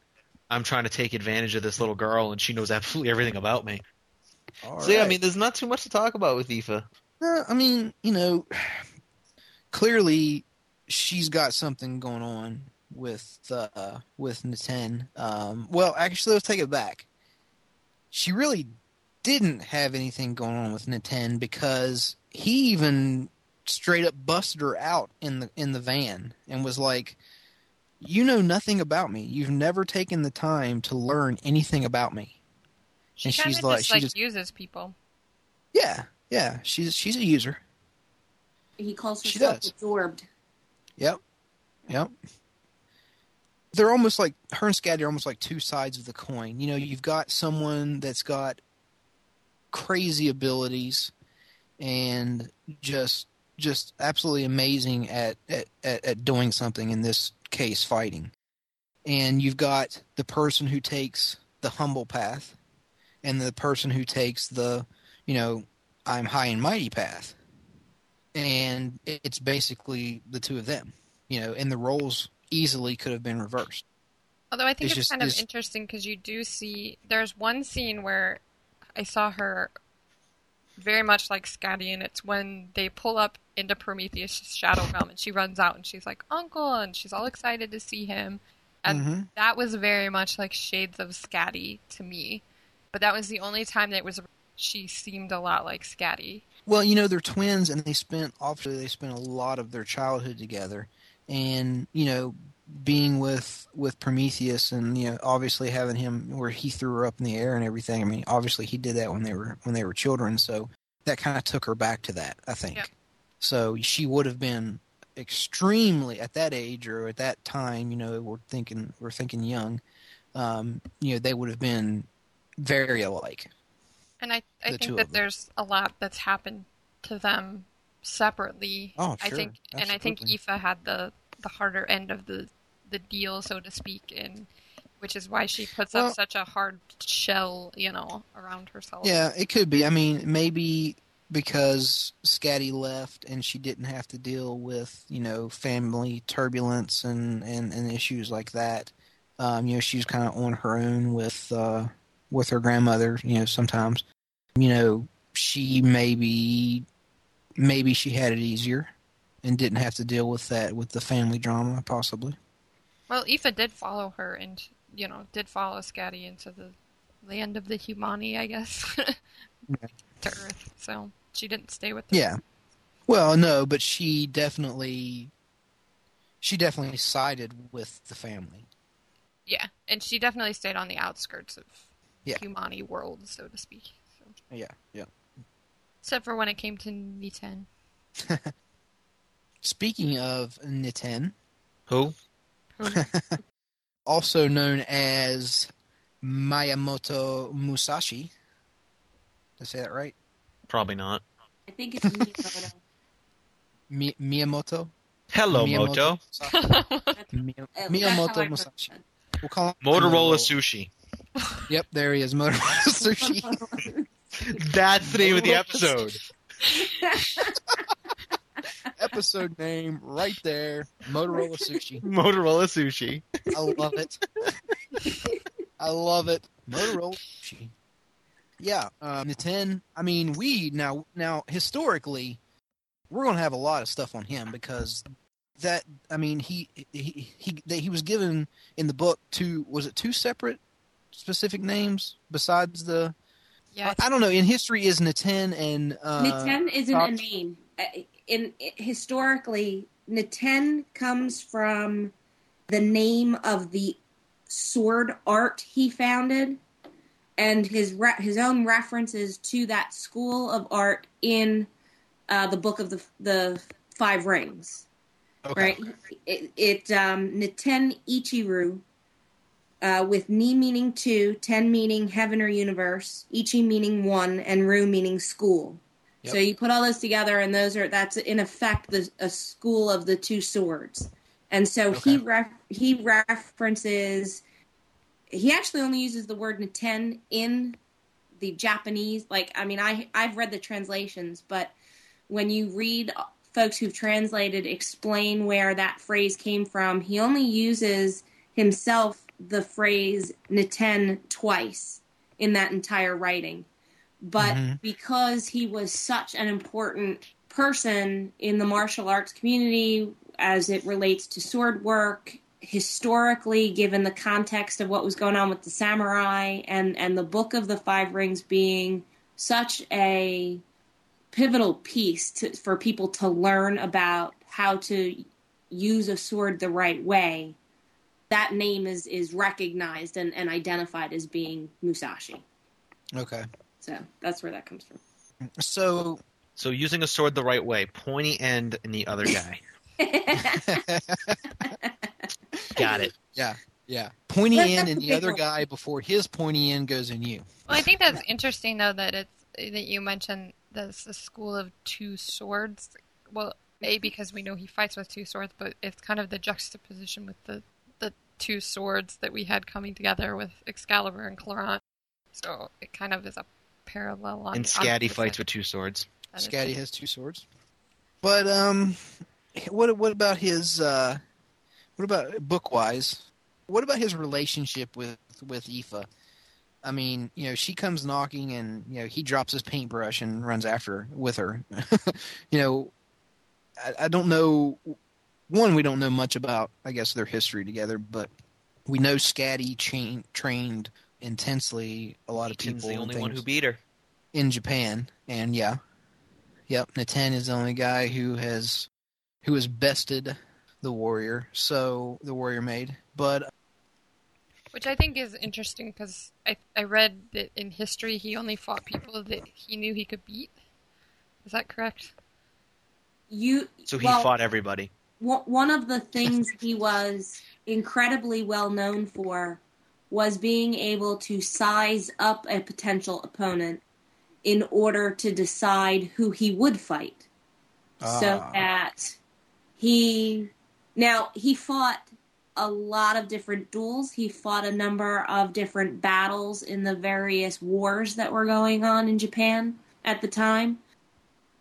[SPEAKER 4] I'm trying to take advantage of this little girl and she knows absolutely everything about me.
[SPEAKER 3] All
[SPEAKER 4] so yeah, I
[SPEAKER 3] right.
[SPEAKER 4] mean, there's not too much to talk about with Aoife.
[SPEAKER 3] No, I mean, you know, clearly she's got something going on with uh, with Natan. Um, well, actually, let's take it back. She really didn't have anything going on with Natan because he even straight up busted her out in the in the van and was like, "You know nothing about me. You've never taken the time to learn anything about me."
[SPEAKER 2] She
[SPEAKER 3] And
[SPEAKER 2] kind of
[SPEAKER 3] she's
[SPEAKER 2] just
[SPEAKER 3] like-
[SPEAKER 2] like,
[SPEAKER 3] she just-
[SPEAKER 2] uses people.
[SPEAKER 3] Yeah, yeah, she's she's a user.
[SPEAKER 5] He calls
[SPEAKER 3] She
[SPEAKER 5] herself
[SPEAKER 3] does.
[SPEAKER 5] absorbed.
[SPEAKER 3] Yep. Yep. They're almost like her and Scatty are almost like two sides of the coin. You know, you've got someone that's got crazy abilities and just just absolutely amazing at at, at, at doing something in this case fighting. And you've got the person who takes the humble path and the person who takes the, you know, I'm high and mighty path. and it's basically the two of them. You know, and the roles easily could have been reversed.
[SPEAKER 2] Although I think
[SPEAKER 3] It's
[SPEAKER 2] it's,
[SPEAKER 3] just-
[SPEAKER 2] kind of
[SPEAKER 3] it's-
[SPEAKER 2] interesting because you do see there's one scene where I saw her very much like Scotty, and it's when they pull up into Prometheus Shadow Realm, and she runs out and she's like Uncle, and she's all excited to see him, and
[SPEAKER 3] Mhm.
[SPEAKER 2] that was very much like shades of Scotty to me, but that was the only time that was she seemed a lot like Scotty.
[SPEAKER 3] Well, you know, they're twins, and they spent obviously they spent a lot of their childhood together, and you know, being with with Prometheus, and you know, obviously having him where he threw her up in the air and everything. I mean, obviously he did that when they were when they were children, so that kind of took her back to that. I think.
[SPEAKER 2] Yeah.
[SPEAKER 3] So she would have been extremely at that age or at that time. You know, we're thinking we're thinking young. Um, you know, they would have been very alike.
[SPEAKER 2] And I, I
[SPEAKER 3] The two
[SPEAKER 2] think
[SPEAKER 3] of
[SPEAKER 2] that
[SPEAKER 3] them.
[SPEAKER 2] there's a lot that's happened to them separately.
[SPEAKER 3] Oh,
[SPEAKER 2] I
[SPEAKER 3] sure.
[SPEAKER 2] think, and I think
[SPEAKER 3] Absolutely.
[SPEAKER 2] Aoife had the the harder end of the the deal, so to speak, and which is why she puts
[SPEAKER 3] Well-
[SPEAKER 2] up such a hard shell, you know, around herself.
[SPEAKER 3] Yeah, it could be. I mean, maybe because Scatty left and she didn't have to deal with, you know, family turbulence and, and, and issues like that. Um, you know, she was kind of on her own with uh, with her grandmother, you know, sometimes. You know, she maybe maybe she had it easier and didn't have to deal with that with the family drama possibly.
[SPEAKER 2] Well, Aoife did follow her, and you know, did follow Scatty into the land of the Humani, I guess, [LAUGHS] to Earth. So she didn't stay with. Them.
[SPEAKER 3] Yeah. Well, no, but she definitely she definitely sided with the family.
[SPEAKER 2] Yeah, and she definitely stayed on the outskirts of
[SPEAKER 3] Yeah.
[SPEAKER 2] Humani world, so to speak. So.
[SPEAKER 3] Yeah, yeah.
[SPEAKER 2] Except for when it came to Niten.
[SPEAKER 3] Speaking of Niten,
[SPEAKER 4] Who?
[SPEAKER 3] also known as Miyamoto Musashi. Did I say that right?
[SPEAKER 4] Probably not.
[SPEAKER 5] I think it's Miyamoto.
[SPEAKER 3] Mi- Miyamoto?
[SPEAKER 4] Hello,
[SPEAKER 3] Miyamoto.
[SPEAKER 4] Moto.
[SPEAKER 3] Musashi. Mi-
[SPEAKER 5] Uh, that's how
[SPEAKER 3] [LAUGHS]
[SPEAKER 5] I
[SPEAKER 3] Miyamoto
[SPEAKER 5] pronounce
[SPEAKER 3] Musashi. We'll call him
[SPEAKER 4] Motorola Sushi.
[SPEAKER 3] Motorola. Yep, there he is. Motorola [LAUGHS] Sushi.
[SPEAKER 5] [LAUGHS] it.
[SPEAKER 4] That's the name of the episode.
[SPEAKER 3] Episode name right there. Motorola Sushi.
[SPEAKER 4] [LAUGHS] Motorola Sushi.
[SPEAKER 3] I love it. I love it. Motorola. She. Yeah, um, Niten. I mean, we now now historically, we're gonna have a lot of stuff on him because that. I mean, he he he that he was given in the book two was it two separate specific names besides the
[SPEAKER 2] Yeah,
[SPEAKER 3] I, I don't know. In history, is Niten and uh,
[SPEAKER 5] Niten isn't
[SPEAKER 3] top-
[SPEAKER 5] a name. Uh, In, historically, Niten comes from the name of the sword art he founded, and his re- his own references to that school of art in uh, the book of the the Five Rings.
[SPEAKER 3] okay.
[SPEAKER 5] Right? It, it um, Niten Ichiru. Uh, with ni meaning two, ten meaning heaven or universe, ichi meaning one, and ru meaning school.
[SPEAKER 3] Yep.
[SPEAKER 5] So you put all those together, and those are that's in effect the a school of the two swords. And so he
[SPEAKER 3] Okay.
[SPEAKER 5] ref, he references. He actually only uses the word Niten in the Japanese. Like I mean, I I've read the translations, but when you read folks who've translated explain where that phrase came from, he only uses himself the phrase Niten twice in that entire writing. But
[SPEAKER 3] Mhm.
[SPEAKER 5] because he was such an important person in the martial arts community as it relates to sword work, historically, given the context of what was going on with the samurai and, and the Book of the Five Rings being such a pivotal piece to, for people to learn about how to use a sword the right way, that name is is recognized and, and identified as being Musashi.
[SPEAKER 3] Okay.
[SPEAKER 5] So that's where that comes from. [LAUGHS]
[SPEAKER 3] So
[SPEAKER 4] So using a sword the right way, pointy end in the
[SPEAKER 3] [LAUGHS]
[SPEAKER 4] other guy. Got it.
[SPEAKER 3] Yeah. Pointy
[SPEAKER 5] That's-
[SPEAKER 3] end
[SPEAKER 5] that's
[SPEAKER 3] in
[SPEAKER 5] a
[SPEAKER 3] the
[SPEAKER 5] big
[SPEAKER 3] other
[SPEAKER 5] one.
[SPEAKER 3] guy before his pointy end goes in you.
[SPEAKER 2] Well, I think that's interesting though that it's that you mentioned that's a school of two swords. Well, a because we know he fights with two swords, but it's kind of the juxtaposition with the the two swords that we had coming together with Excalibur and Clorant. So it kind of is a parallel on. on
[SPEAKER 4] And Scatty
[SPEAKER 2] both
[SPEAKER 4] fights
[SPEAKER 2] sides.
[SPEAKER 4] with two swords.
[SPEAKER 2] That is-
[SPEAKER 3] Scatty has two swords. But um, what what about his uh, what about book wise? What about his relationship with with Aoife? I mean, you know, she comes knocking, and you know, he drops his paintbrush and runs after her, with her. [LAUGHS] you know, I, I don't know. One, we don't know much about, I guess, their history together, but we know Scatty chain, trained intensely a lot of
[SPEAKER 4] Eaton's
[SPEAKER 3] people.
[SPEAKER 4] the
[SPEAKER 3] and
[SPEAKER 4] only one
[SPEAKER 3] things
[SPEAKER 4] who beat her.
[SPEAKER 3] in Japan, and yeah, yep, Natan is the only guy who has who has bested the warrior. So the warrior made, but
[SPEAKER 2] Which I think is interesting because I, I read that in history he only fought people that he knew he could beat. Is that correct?
[SPEAKER 5] You
[SPEAKER 4] So he
[SPEAKER 5] well,
[SPEAKER 4] fought everybody.
[SPEAKER 5] one- one of the things he was incredibly well known for was being able to size up a potential opponent in order to decide who he would fight so
[SPEAKER 3] Ah.
[SPEAKER 5] that he now he fought a lot of different duels he fought a number of different battles in the various wars that were going on in Japan at the time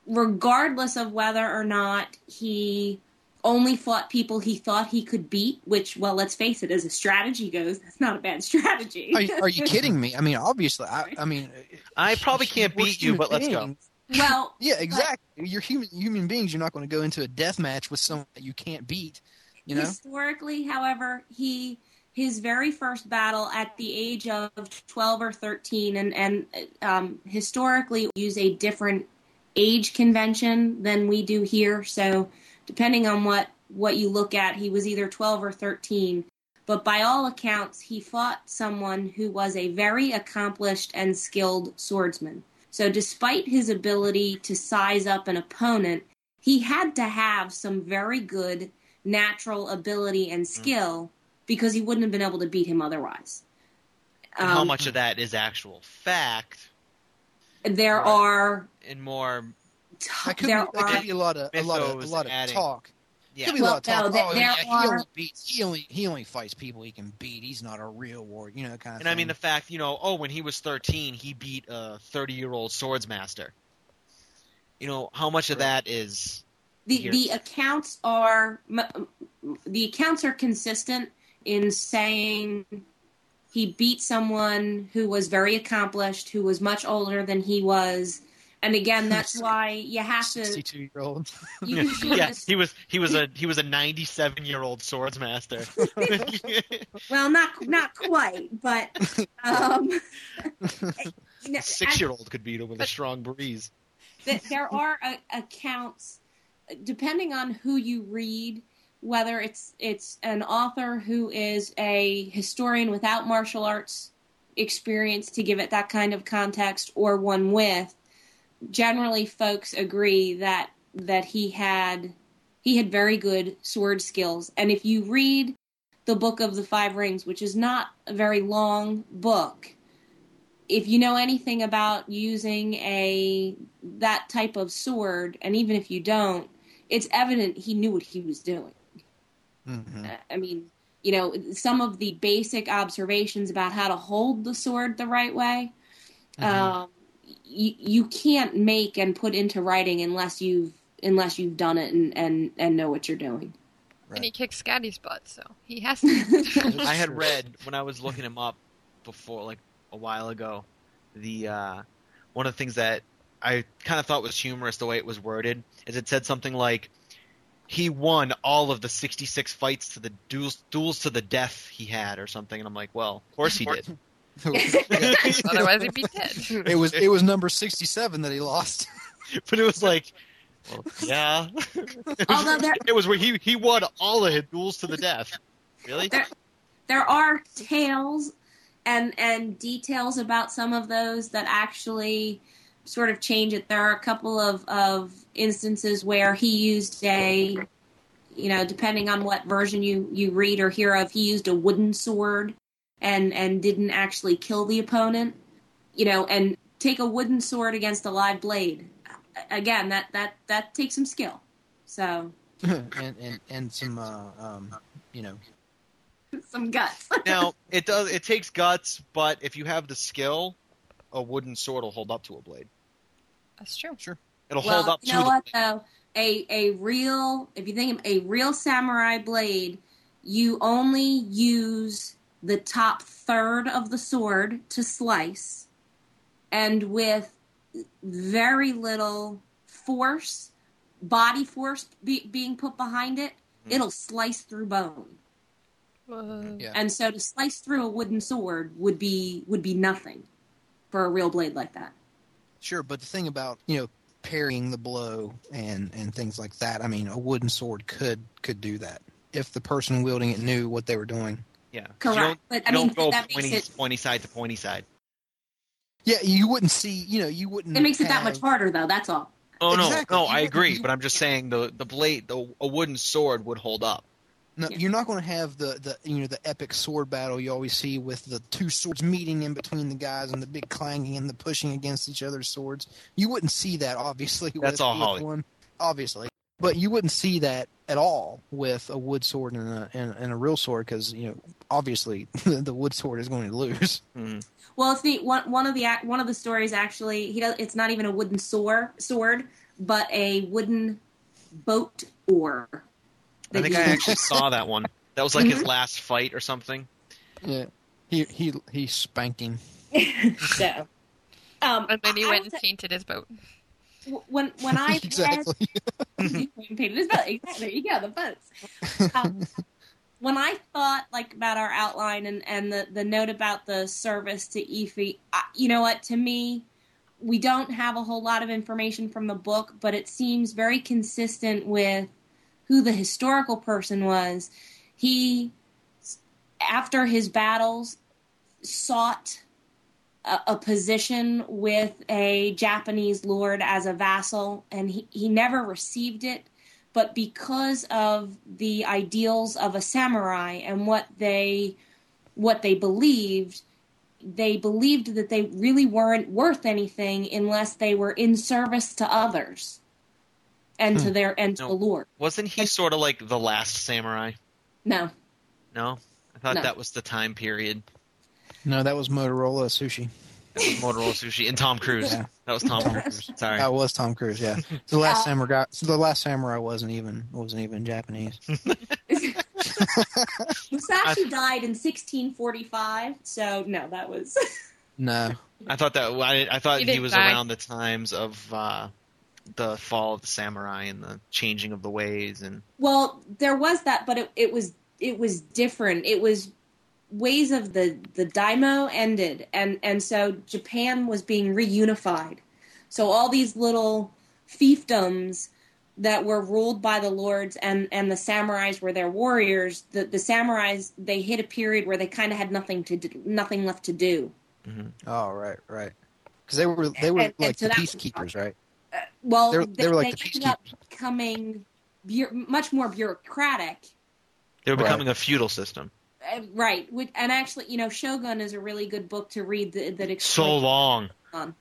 [SPEAKER 5] regardless of whether or not he only fought people he thought he could beat which well let's face it as a strategy goes that's not a bad [LAUGHS] strategy
[SPEAKER 3] are, you- are you kidding me? I mean, obviously, I, I mean, [LAUGHS]
[SPEAKER 4] I probably can't
[SPEAKER 3] we're
[SPEAKER 4] beat you,
[SPEAKER 3] human
[SPEAKER 4] but let's go.
[SPEAKER 3] beings.
[SPEAKER 5] well
[SPEAKER 3] Yeah, exactly. You're human human beings. You're not going to go into a death match with someone that you can't beat. You know,
[SPEAKER 5] Historically, however, he his very first battle at the age of 12 or 13 and and um, historically use a different age convention than we do here so depending on what what you look at he was either 12 or 13 but by all accounts he fought someone who was a very accomplished and skilled swordsman so despite his ability to size up an opponent he had to have some very good natural ability
[SPEAKER 4] Hmm.
[SPEAKER 5] and skill because he wouldn't have been able to beat him otherwise.
[SPEAKER 4] And how
[SPEAKER 5] Um,
[SPEAKER 4] much of that is actual fact
[SPEAKER 5] There
[SPEAKER 4] Right.
[SPEAKER 5] are
[SPEAKER 4] and more?
[SPEAKER 5] t-
[SPEAKER 3] that could,
[SPEAKER 5] there
[SPEAKER 3] be, that
[SPEAKER 5] are
[SPEAKER 3] could be a lot of a lot of a
[SPEAKER 4] mythos
[SPEAKER 3] lot of
[SPEAKER 4] adding-
[SPEAKER 3] talk.
[SPEAKER 4] Yeah,
[SPEAKER 3] Could be a
[SPEAKER 5] Well,
[SPEAKER 3] lot of talk.
[SPEAKER 5] no, there-
[SPEAKER 3] oh,
[SPEAKER 5] there
[SPEAKER 3] yeah, he
[SPEAKER 5] are-
[SPEAKER 3] only beats. He only he only fights people he can beat. He's not a real warrior. You know, that kind of.
[SPEAKER 4] and I mean
[SPEAKER 3] thing.
[SPEAKER 4] the fact you know, oh, when he was thirteen, he beat a thirty-year-old swordsmaster. You know how much of that is
[SPEAKER 5] the,
[SPEAKER 4] here.
[SPEAKER 5] the accounts are m- m- the accounts are consistent in saying he beat someone who was very accomplished, who was much older than he was, and
[SPEAKER 4] [LAUGHS]
[SPEAKER 5] again, that's why you have to.
[SPEAKER 3] sixty-two year old.
[SPEAKER 5] You can see
[SPEAKER 4] yeah,
[SPEAKER 5] this-
[SPEAKER 4] he was he was a he was a 97 year old [LAUGHS] swordsmaster.
[SPEAKER 5] well, not not quite,
[SPEAKER 4] [LAUGHS]
[SPEAKER 5] but um, [LAUGHS] you know,
[SPEAKER 4] Six year old could beat him with a strong [LAUGHS] breeze.
[SPEAKER 5] that there are uh, accounts depending on who you read whether it's it's an author who is a historian without martial arts experience to give it that kind of context or one with generally folks agree that that he had he had very good sword skills and if you read the book of the five rings which is not a very long book if you know anything about using a that type of sword and even if you don't it's evident he knew what he was doing [LAUGHS]
[SPEAKER 3] Mhm.
[SPEAKER 5] I- i mean you know some of the basic observations about how to hold the sword the right way um, you, you can't make and put into writing unless you've unless you've done it and and, and know what you're doing
[SPEAKER 2] And he kicked Scatty's butt, so he has
[SPEAKER 3] [LAUGHS]
[SPEAKER 2] to.
[SPEAKER 4] I had
[SPEAKER 3] Sure.
[SPEAKER 4] read when I was looking him up before, like a while ago, the uh, one of the things that I kind of thought was humorous the way it was worded is it said something like he won all of the 66 fights to the duels, duels to the death he had or something, and I'm like, well, of course [LAUGHS] he did.
[SPEAKER 2] Otherwise, he'd be dead.
[SPEAKER 3] it was it was number sixty-seven that he lost. [LAUGHS]
[SPEAKER 4] but it was like, well, yeah,
[SPEAKER 5] although there
[SPEAKER 4] it was where he he won all of his duels to the death. Really?
[SPEAKER 5] There- [LAUGHS] there are tales and and details about some of those that actually sort of change it. There are a couple of of instances where he used a you know, depending on what version you you read or hear of, he used a wooden sword and and didn't actually kill the opponent. You know, and take a wooden sword against a live blade. Again, that that that takes some skill. So,
[SPEAKER 3] and, and and some uh, um, you know,
[SPEAKER 5] some guts.
[SPEAKER 4] now it does it takes guts but if you have the skill a wooden sword will hold up to a blade
[SPEAKER 2] That's true.
[SPEAKER 4] it'll
[SPEAKER 5] well,
[SPEAKER 4] hold up
[SPEAKER 5] you
[SPEAKER 4] to
[SPEAKER 5] know
[SPEAKER 4] the
[SPEAKER 5] what
[SPEAKER 4] blade.
[SPEAKER 5] though a a real if you think of a real samurai blade, you only use the top third of the sword to slice, and with very little force, body force be, being put behind it,
[SPEAKER 4] Mm-hmm.
[SPEAKER 5] it'll slice through bone.
[SPEAKER 2] Whoa.
[SPEAKER 3] Yeah.
[SPEAKER 5] And so to slice through a wooden sword would be would be nothing for a real blade like that.
[SPEAKER 3] Sure, but the thing about you know parrying the blow and and things like that, I mean, a wooden sword could could do that if the person wielding it knew what they were doing.
[SPEAKER 4] Yeah.
[SPEAKER 5] Correct.
[SPEAKER 4] You don't,
[SPEAKER 5] but I
[SPEAKER 4] you
[SPEAKER 5] mean
[SPEAKER 4] don't go
[SPEAKER 5] that
[SPEAKER 4] pointy,
[SPEAKER 5] makes it
[SPEAKER 4] pointy side to pointy side.
[SPEAKER 3] Yeah, you wouldn't see, you know, you wouldn't.
[SPEAKER 5] it makes it that much
[SPEAKER 3] have-
[SPEAKER 5] harder though, that's all.
[SPEAKER 4] Oh
[SPEAKER 3] Exactly.
[SPEAKER 4] no, no,
[SPEAKER 3] You
[SPEAKER 4] I
[SPEAKER 3] wouldn't-
[SPEAKER 4] agree,
[SPEAKER 3] you-
[SPEAKER 4] but I'm just saying the the blade, the a wooden sword would hold up.
[SPEAKER 3] No,
[SPEAKER 5] Yeah.
[SPEAKER 3] You're not going to have the, the you know the epic sword battle you always see with the two swords meeting in between the guys and the big clanging and the pushing against each other's swords. You wouldn't see that obviously. [LAUGHS]
[SPEAKER 4] That's
[SPEAKER 3] with,
[SPEAKER 4] all
[SPEAKER 3] with
[SPEAKER 4] Holly.
[SPEAKER 3] One, obviously, but you wouldn't see that at all with a wood sword and a and, and a real sword because you know obviously [LAUGHS] the wood sword is going to lose.
[SPEAKER 4] Mm-hmm.
[SPEAKER 5] Well, it's neat. One, one of the ac- one of the stories actually, he does. It's not even a wooden sword, sword, but a wooden boat oar. that
[SPEAKER 4] I
[SPEAKER 5] he
[SPEAKER 4] think I
[SPEAKER 5] used. [LAUGHS]
[SPEAKER 4] actually saw that one. That was like his
[SPEAKER 5] Mm-hmm.
[SPEAKER 4] last fight or something.
[SPEAKER 3] Yeah, he he he spanked [LAUGHS] him.
[SPEAKER 5] so. Um,
[SPEAKER 2] And then he
[SPEAKER 5] I- I
[SPEAKER 2] went
[SPEAKER 5] was
[SPEAKER 2] and painted his boat.
[SPEAKER 5] w- when when
[SPEAKER 4] [LAUGHS]
[SPEAKER 5] I
[SPEAKER 3] exactly.
[SPEAKER 5] read, painted his boat. Exactly. There you go. The boats. Um, when I thought like about our outline and and the the note about the service to Efi, I, you know what? To me, we don't have a whole lot of information from the book, but it seems very consistent with who the historical person was. He, after his battles, sought a, a position with a Japanese lord as a vassal, and he, he never received it. But because of the ideals of a samurai and what they what they believed, they believed that they really weren't worth anything unless they were in service to others and to their and to
[SPEAKER 4] No.
[SPEAKER 5] the lord.
[SPEAKER 4] Wasn't he sort of like the last samurai?
[SPEAKER 5] No.
[SPEAKER 4] No, I thought
[SPEAKER 5] No.
[SPEAKER 4] that was the time period.
[SPEAKER 3] No, that was Motorola sushi.
[SPEAKER 4] That was Motorola Sushi and Tom Cruise.
[SPEAKER 3] Yeah.
[SPEAKER 4] That was Tom Cruise. Sorry.
[SPEAKER 3] That was Tom Cruise. [LAUGHS] Yeah, the last
[SPEAKER 5] Uh,
[SPEAKER 3] samurai. The last samurai wasn't even wasn't even Japanese.
[SPEAKER 5] Musashi died in 1645, so no, that was [LAUGHS]
[SPEAKER 3] No,
[SPEAKER 4] I thought that I, I thought
[SPEAKER 2] He
[SPEAKER 4] he,
[SPEAKER 2] didn't
[SPEAKER 4] was
[SPEAKER 2] die.
[SPEAKER 4] around the times of uh, the fall of the samurai and the changing of the ways and
[SPEAKER 5] well, there was that, but it, it was it was different. It was ways of the the daimo ended, and and so Japan was being reunified. So all these little fiefdoms that were ruled by the lords and and the samurais were their warriors. The the samurais they hit a period where they kind of had nothing to do, nothing left to do.
[SPEAKER 3] Oh right, right. Because they were they were
[SPEAKER 5] And- and
[SPEAKER 3] like
[SPEAKER 5] so
[SPEAKER 3] the
[SPEAKER 5] that was-
[SPEAKER 3] peacekeepers, right?
[SPEAKER 5] Well,
[SPEAKER 3] They were-
[SPEAKER 5] they,
[SPEAKER 3] they were like
[SPEAKER 5] they
[SPEAKER 3] the
[SPEAKER 5] ended up becoming bu- much more bureaucratic,
[SPEAKER 4] they were
[SPEAKER 3] Right.
[SPEAKER 4] becoming a feudal system.
[SPEAKER 5] uh, right? Which, and actually, you know, Shogun is a really good book to read that, that
[SPEAKER 4] So
[SPEAKER 5] explains.
[SPEAKER 4] long. [LAUGHS]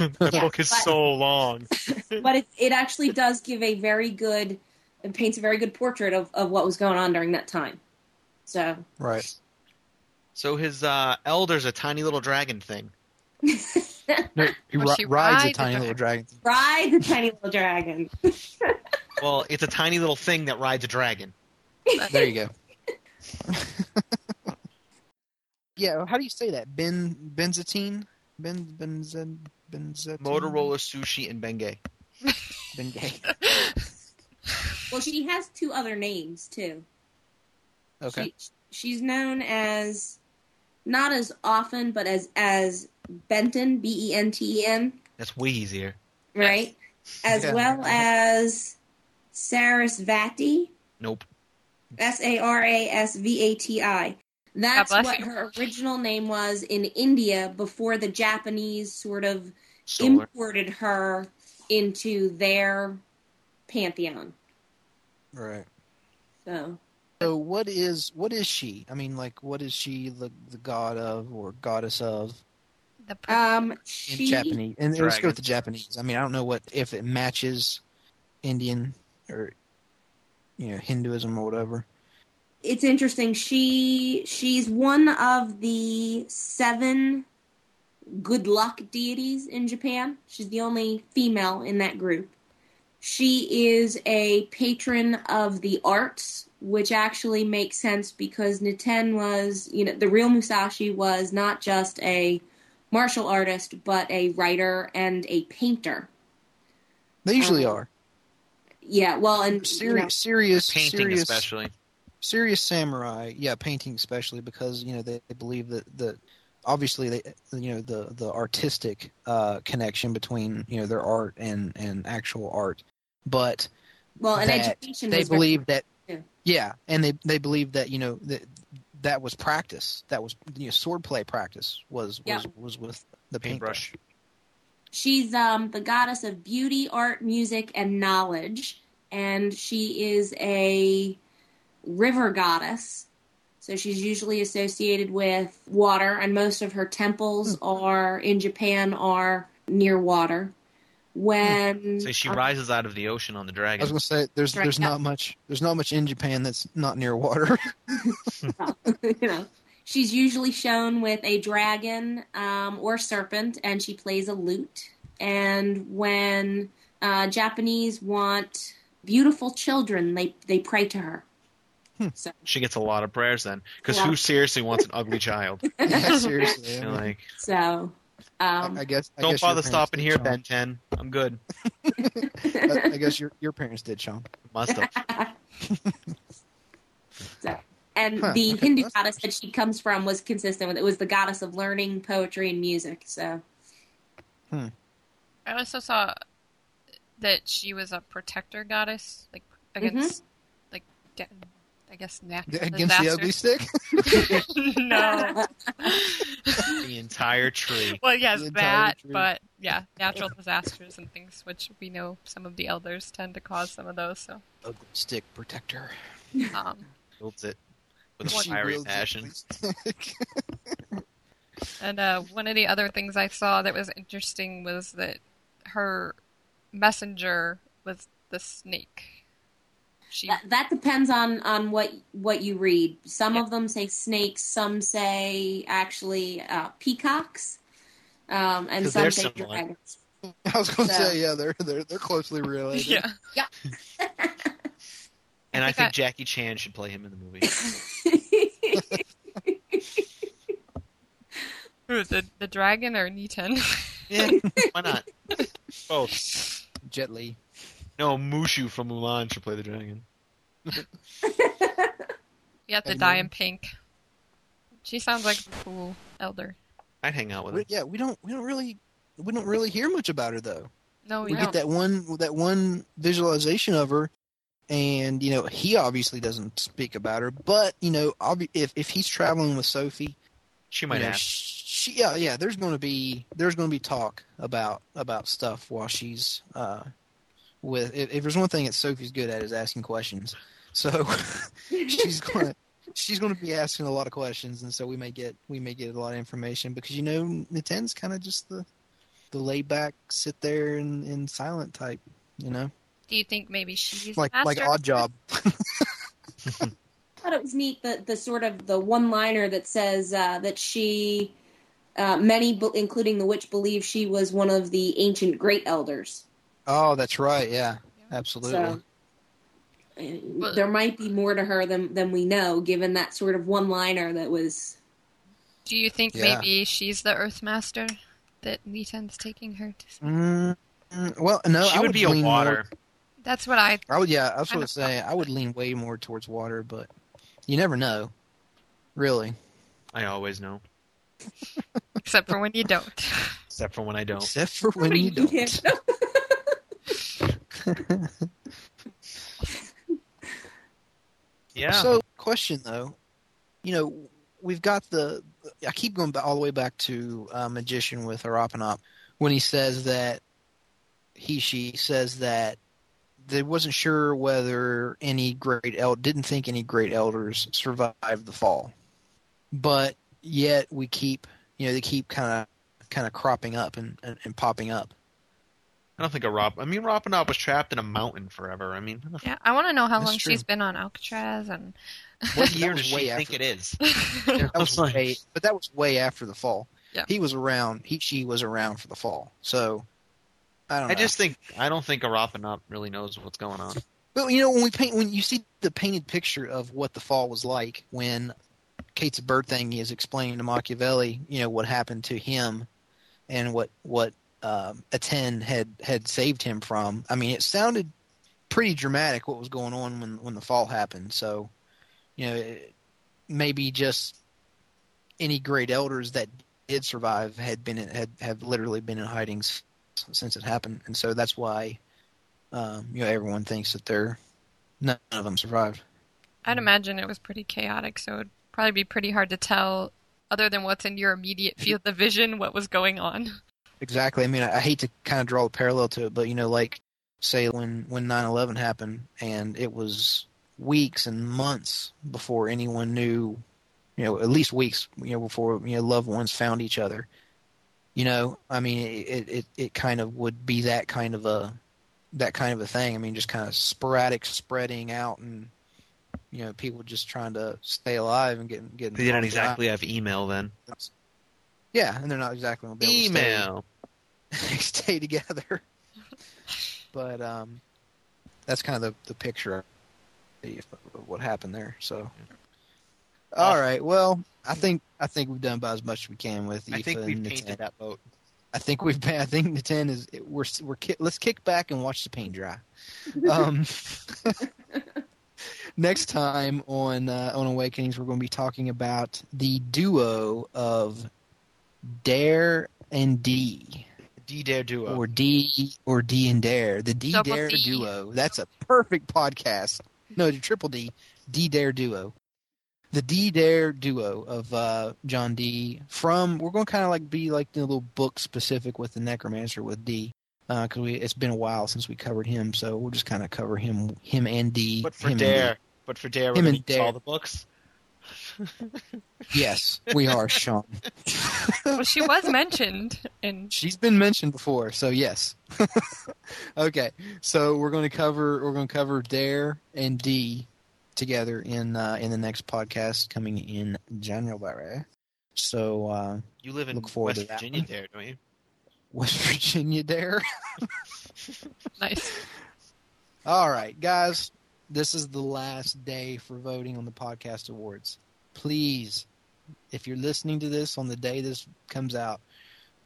[SPEAKER 5] Um,
[SPEAKER 4] that
[SPEAKER 5] yeah,
[SPEAKER 4] book is
[SPEAKER 5] but-
[SPEAKER 4] so long.
[SPEAKER 5] but it, it actually does give a very good, it paints a very good portrait of, of what was going on during that time. So [LAUGHS]
[SPEAKER 3] Right.
[SPEAKER 4] So his uh, elder's a tiny little dragon thing.
[SPEAKER 3] No, he
[SPEAKER 2] Well,
[SPEAKER 3] ri-
[SPEAKER 2] she
[SPEAKER 3] rides a
[SPEAKER 2] rides a
[SPEAKER 3] tiny little dragon.
[SPEAKER 5] ride the tiny little dragon.
[SPEAKER 4] Well, it's a tiny little thing that rides a dragon.
[SPEAKER 3] There
[SPEAKER 5] [LAUGHS]
[SPEAKER 3] you go. [LAUGHS] yeah, how do you say that? Ben benzatine, ben benzen benzatine.
[SPEAKER 4] Motorola Sushi and Bengay.
[SPEAKER 5] [LAUGHS]
[SPEAKER 3] Bengay.
[SPEAKER 5] Well, she has two other names too.
[SPEAKER 3] Okay.
[SPEAKER 5] She, she's known as not as often, but as as Benton B E N T E N,
[SPEAKER 4] That's way easier.
[SPEAKER 5] right? As
[SPEAKER 3] Yeah.
[SPEAKER 5] well as Sarasvati,
[SPEAKER 4] Nope.
[SPEAKER 5] S A R A S V A T I. That's
[SPEAKER 2] God
[SPEAKER 5] what
[SPEAKER 2] bless you.
[SPEAKER 5] her original name was in India before the Japanese sort of
[SPEAKER 4] Solar.
[SPEAKER 5] imported her into their pantheon.
[SPEAKER 3] Right.
[SPEAKER 5] So
[SPEAKER 3] So what is what is she? I mean, like, what is she the the god of or goddess of
[SPEAKER 2] The pr-
[SPEAKER 5] um
[SPEAKER 3] in
[SPEAKER 5] she
[SPEAKER 3] Japanese? And let's
[SPEAKER 4] Dragon.
[SPEAKER 3] go with the Japanese. I mean, I don't know what if it matches Indian or you know Hinduism or whatever.
[SPEAKER 5] it's interesting. She she's one of the seven good luck deities in Japan. She's the only female in that group. She is a patron of the arts, which actually makes sense because Niten was, you know, the real Musashi was not just a martial artist, but a writer and a painter.
[SPEAKER 3] They usually
[SPEAKER 5] Um,
[SPEAKER 3] are.
[SPEAKER 5] Yeah, well, and you know,
[SPEAKER 3] Serious, serious,
[SPEAKER 4] Painting,
[SPEAKER 3] serious,
[SPEAKER 4] especially.
[SPEAKER 3] serious samurai. Yeah, painting especially because you know they, they believe that that obviously they you know the the artistic uh, connection between you know their art and and actual art, but
[SPEAKER 5] well, an
[SPEAKER 3] that
[SPEAKER 5] education.
[SPEAKER 3] they
[SPEAKER 5] was
[SPEAKER 3] believe that
[SPEAKER 5] Yeah.
[SPEAKER 3] yeah and they they believe that you know that that was practice that was you know swordplay practice was was
[SPEAKER 5] Yeah.
[SPEAKER 3] was with the
[SPEAKER 4] Paintbrush.
[SPEAKER 3] paintbrush
[SPEAKER 5] She's um, the goddess of beauty, art, music, and knowledge, and she is a river goddess. So she's usually associated with water, and most of her temples
[SPEAKER 4] Hmm.
[SPEAKER 5] are in Japan are near water. When
[SPEAKER 4] Hmm. So she
[SPEAKER 5] um,
[SPEAKER 4] rises out of the ocean on the
[SPEAKER 3] i was
[SPEAKER 4] dragon.
[SPEAKER 3] gonna say there's
[SPEAKER 5] Right,
[SPEAKER 3] there's
[SPEAKER 5] yeah.
[SPEAKER 3] not much there's not much in japan that's not near
[SPEAKER 5] [LAUGHS]
[SPEAKER 3] water [LAUGHS]
[SPEAKER 5] you know, she's usually shown with a dragon um, or serpent, and she plays a lute. And when uh, Japanese want beautiful children, they they pray to her.
[SPEAKER 4] She gets a lot of prayers then, because
[SPEAKER 5] Yeah.
[SPEAKER 4] who seriously wants an ugly child?
[SPEAKER 3] yeah, seriously
[SPEAKER 4] You
[SPEAKER 3] I
[SPEAKER 4] know,
[SPEAKER 3] mean,
[SPEAKER 4] like,
[SPEAKER 5] So,
[SPEAKER 3] I,
[SPEAKER 5] um,
[SPEAKER 3] I guess I
[SPEAKER 4] don't
[SPEAKER 3] guess your
[SPEAKER 4] bother
[SPEAKER 3] parents
[SPEAKER 4] stopping
[SPEAKER 3] did,
[SPEAKER 4] here,
[SPEAKER 3] Sean.
[SPEAKER 4] Ben Ten. I'm good.
[SPEAKER 3] I,
[SPEAKER 5] [LAUGHS]
[SPEAKER 3] I guess your your parents did, Sean.
[SPEAKER 4] Must have.
[SPEAKER 5] and
[SPEAKER 3] Huh,
[SPEAKER 5] the
[SPEAKER 3] okay,
[SPEAKER 5] Hindu
[SPEAKER 3] that's
[SPEAKER 5] goddess that she comes from was consistent with it was the goddess of learning, poetry, and music. So,
[SPEAKER 2] I also saw that she was a protector goddess, like against, like, de- I guess nat-
[SPEAKER 3] Against the ugly
[SPEAKER 4] [LAUGHS]
[SPEAKER 3] stick, [LAUGHS]
[SPEAKER 2] disasters. [LAUGHS] no.
[SPEAKER 4] the entire tree.
[SPEAKER 2] Well, yes,
[SPEAKER 3] The entire
[SPEAKER 2] that,
[SPEAKER 3] tree.
[SPEAKER 2] but yeah, natural disasters and things, which we know some of the elders tend to cause some of those. So,
[SPEAKER 3] ugly stick protector.
[SPEAKER 2] um,
[SPEAKER 4] Builds it with a
[SPEAKER 2] She
[SPEAKER 4] fiery
[SPEAKER 3] wields the
[SPEAKER 4] passion.
[SPEAKER 3] ugly stick. [LAUGHS]
[SPEAKER 2] and uh, one of the other things I saw that was interesting was that her messenger was the snake. She,
[SPEAKER 5] that, that depends on on what what you read. Some
[SPEAKER 2] Yeah.
[SPEAKER 5] of them say snakes, some say actually uh, peacocks, um, and
[SPEAKER 4] 'Cause
[SPEAKER 5] some
[SPEAKER 4] they're
[SPEAKER 5] say
[SPEAKER 4] similar.
[SPEAKER 3] [LAUGHS]
[SPEAKER 5] dragons. [LAUGHS]
[SPEAKER 3] I was gonna
[SPEAKER 5] So-
[SPEAKER 3] say, yeah, they're they're they're closely related.
[SPEAKER 2] yeah,
[SPEAKER 4] And I
[SPEAKER 2] think
[SPEAKER 4] think
[SPEAKER 2] I-
[SPEAKER 4] Jackie Chan should play him in the movie.
[SPEAKER 2] Who, the the dragon or Niten.
[SPEAKER 4] yeah, [LAUGHS] why not? Both.
[SPEAKER 3] Jet Li.
[SPEAKER 4] No, Mushu from Mulan should play the dragon.
[SPEAKER 2] [LAUGHS] You have to
[SPEAKER 3] Amen.
[SPEAKER 2] dye in pink. She sounds like a cool elder.
[SPEAKER 4] I'd hang out with
[SPEAKER 3] We-
[SPEAKER 4] him.
[SPEAKER 3] yeah, we don't we don't really we don't really hear much about her though.
[SPEAKER 2] No,
[SPEAKER 3] We
[SPEAKER 2] we
[SPEAKER 3] get
[SPEAKER 2] don't.
[SPEAKER 3] that one that one visualization of her, and you know he obviously doesn't speak about her. But you know, obvi- if if he's traveling with Sophie,
[SPEAKER 4] She
[SPEAKER 3] you
[SPEAKER 4] might
[SPEAKER 3] know,
[SPEAKER 4] ask.
[SPEAKER 3] she, yeah, yeah, there's going to be there's going to be talk about about stuff while she's uh with. If, if there's one thing that Sophie's good at is asking questions, so [LAUGHS] she's going to she's going to be asking a lot of questions, and so we may get we may get a lot of information because you know Nintendo's kind of just the the laid back, sit there and, and silent type, you know,
[SPEAKER 2] Do you think maybe she's
[SPEAKER 3] like
[SPEAKER 2] master?
[SPEAKER 3] like odd job.
[SPEAKER 5] I thought it was neat the the sort of the one liner that says uh, that she uh, many be- including the witch believe she was one of the ancient great elders.
[SPEAKER 3] Oh, that's right, yeah,
[SPEAKER 2] Yeah.
[SPEAKER 3] absolutely.
[SPEAKER 5] So uh,
[SPEAKER 2] Well-
[SPEAKER 5] there might be more to her than than we know, given that sort of one liner that was.
[SPEAKER 2] Do you think
[SPEAKER 3] Yeah.
[SPEAKER 2] maybe she's the Earth Master that Niten's taking her to?
[SPEAKER 3] Mm, mm, well, no,
[SPEAKER 4] she
[SPEAKER 3] I
[SPEAKER 4] would, be a
[SPEAKER 3] lean more-
[SPEAKER 4] water.
[SPEAKER 2] That's what I.
[SPEAKER 3] I would, yeah, I was
[SPEAKER 2] Kind
[SPEAKER 3] going
[SPEAKER 2] of
[SPEAKER 3] to say I would lean way more towards water, but you never know, really.
[SPEAKER 4] I always know.
[SPEAKER 2] Except for when you don't.
[SPEAKER 3] [LAUGHS]
[SPEAKER 4] Except for when I don't.
[SPEAKER 3] Except for when
[SPEAKER 5] [LAUGHS]
[SPEAKER 3] you don't.
[SPEAKER 4] Yeah.
[SPEAKER 3] So, question though, you know, we've got the. I keep going ba all the way back to uh, magician with Arapanop when he says that he she says that they wasn't sure whether any great el didn't think any great elders survived the fall, but yet we keep you know they keep kind of kind of cropping up and, and, and popping up.
[SPEAKER 4] I don't think a Rob. I mean, Ropanop was trapped in a mountain forever. I mean,
[SPEAKER 3] [LAUGHS]
[SPEAKER 2] Yeah, I want to know how
[SPEAKER 3] That's
[SPEAKER 2] long
[SPEAKER 3] true.
[SPEAKER 2] she's been on Alcatraz and.
[SPEAKER 4] what
[SPEAKER 3] That
[SPEAKER 4] year
[SPEAKER 3] was
[SPEAKER 4] does she
[SPEAKER 3] way
[SPEAKER 4] think it
[SPEAKER 3] after-
[SPEAKER 4] is?
[SPEAKER 3] That was
[SPEAKER 4] Like-
[SPEAKER 3] way, but that was way after the fall.
[SPEAKER 2] Yeah.
[SPEAKER 3] He was around. He she was around for the fall. So I don't know.
[SPEAKER 4] I just think I don't think Arapanup really knows what's going on.
[SPEAKER 3] But you know, when we paint, when you see the painted picture of what the fall was like, when Kate's bird thing is explaining to Machiavelli, you know what happened to him, and what what um, Aten had had saved him from. I mean, it sounded pretty dramatic what was going on when when the fall happened. So, you know, it- maybe just any great elders that did survive had been in, had have literally been in hiding s- since it happened, and so that's why um, you know everyone thinks that they're none of them survived.
[SPEAKER 2] I'd imagine it was pretty chaotic, so it'd probably be pretty hard to tell, other than what's in your immediate field of vision, what was going on.
[SPEAKER 3] Exactly. I mean, I, I hate to kind of draw a parallel to it, but you know, like say when when nine eleven happened, and it was weeks and months before anyone knew, you know, at least weeks, you know, before you know loved ones found each other. You know, I mean, it it it kind of would be that kind of a that kind of a thing. I mean, just kind of sporadic spreading out and. You know, people just trying to stay alive and getting getting.
[SPEAKER 4] They didn't exactly have email then.
[SPEAKER 3] Yeah, and they're not exactly gonna be able to stay-
[SPEAKER 4] Email.
[SPEAKER 3] [LAUGHS] stay together. but um, that's kind of the, the picture of what happened there. So, all right. Well, I think I think we've done about as much as we can with.
[SPEAKER 4] I
[SPEAKER 3] Aoife
[SPEAKER 4] think we've
[SPEAKER 3] and Natan.
[SPEAKER 4] painted that boat.
[SPEAKER 3] I think we've. I think Natan is. We're we're ki- let's kick back and watch the paint dry. Um, [LAUGHS] next time on uh, on Awakenings, we're going to be talking about the duo of Dare and D
[SPEAKER 4] D Dare Duo.
[SPEAKER 3] or D or D and Dare. The D
[SPEAKER 2] Double
[SPEAKER 3] Dare
[SPEAKER 2] D.
[SPEAKER 3] duo. That's a perfect podcast. No, the triple D. D Dare duo. The D Dare duo of uh, John D. From we're going to kind of like be like the little book specific with the Necromancer with D. Because we it's been a while since we covered him, so we'll just kind of cover him, him and D.
[SPEAKER 4] but for
[SPEAKER 3] him and
[SPEAKER 4] Dare, but for Dare, we're
[SPEAKER 3] Him
[SPEAKER 4] going
[SPEAKER 3] and
[SPEAKER 4] to all
[SPEAKER 3] Dare.
[SPEAKER 4] the
[SPEAKER 3] D.
[SPEAKER 4] books.
[SPEAKER 3] Yes, we are Sean.
[SPEAKER 2] Well, she was mentioned, and
[SPEAKER 3] She's been mentioned before, so yes. [LAUGHS] okay, so we're going to cover we're going to cover Dare and D together in uh, in the next podcast coming in January. So uh, [LAUGHS]
[SPEAKER 4] You live in
[SPEAKER 3] Look forward
[SPEAKER 4] West
[SPEAKER 3] to that
[SPEAKER 4] Virginia,
[SPEAKER 3] one.
[SPEAKER 4] Dare, don't you?
[SPEAKER 3] West Virginia Dare.
[SPEAKER 2] nice.
[SPEAKER 3] All right, guys, this is the last day for voting on the podcast awards. Please, if you're listening to this on the day this comes out,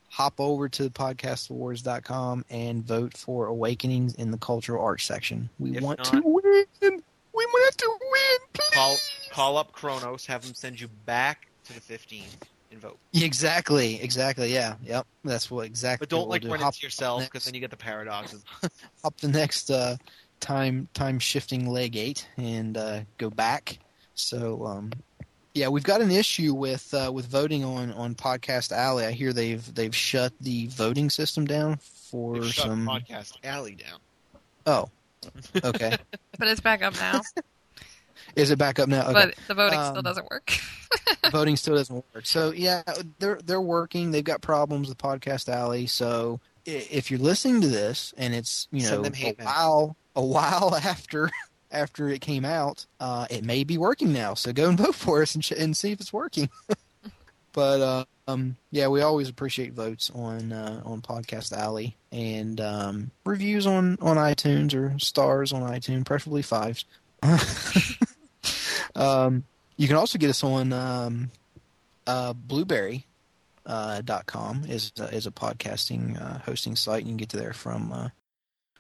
[SPEAKER 3] hop over to podcastawards.com and vote for Awakenings in the Cultural Arts section. We
[SPEAKER 4] If
[SPEAKER 3] want
[SPEAKER 4] not-
[SPEAKER 3] to win. We want to win, please.
[SPEAKER 4] Call call up Kronos, have him send you back to the 15 and vote.
[SPEAKER 3] Exactly, exactly. Yeah, yep. That's what exactly.
[SPEAKER 4] But don't
[SPEAKER 3] we'll
[SPEAKER 4] like
[SPEAKER 3] do.
[SPEAKER 4] run
[SPEAKER 3] hop,
[SPEAKER 4] into yourself because
[SPEAKER 3] next.
[SPEAKER 4] then you get the paradoxes.
[SPEAKER 3] hop the next uh, time time shifting leg eight and uh, go back. So um, yeah, we've got an issue with uh, with voting on on Podcast Alley. I hear they've they've shut the voting system down for
[SPEAKER 4] They've shut
[SPEAKER 3] some.
[SPEAKER 4] podcast alley down.
[SPEAKER 3] Oh,
[SPEAKER 4] [LAUGHS]
[SPEAKER 3] okay.
[SPEAKER 2] But it's back up now.
[SPEAKER 3] Is it back up now? Okay.
[SPEAKER 2] But the voting still
[SPEAKER 3] Um,
[SPEAKER 2] doesn't work.
[SPEAKER 3] [LAUGHS] voting still doesn't work. So yeah, they're they're working. They've got problems with Podcast Alley. So i- if you're listening to this and it's you
[SPEAKER 4] Send
[SPEAKER 3] know
[SPEAKER 4] them hate
[SPEAKER 3] a
[SPEAKER 4] mail.
[SPEAKER 3] while a while [LAUGHS] after after it came out, uh, it may be working now. So go and [LAUGHS] vote for us and ch- and see if it's working. [LAUGHS] but uh, um, yeah, we always appreciate votes on uh, on Podcast Alley and um, reviews on on iTunes or stars on iTunes, preferably fives. [LAUGHS] um, you can also get us on um, uh, blueberry uh, dot com is uh, is a podcasting uh, hosting site. You can get to there from uh,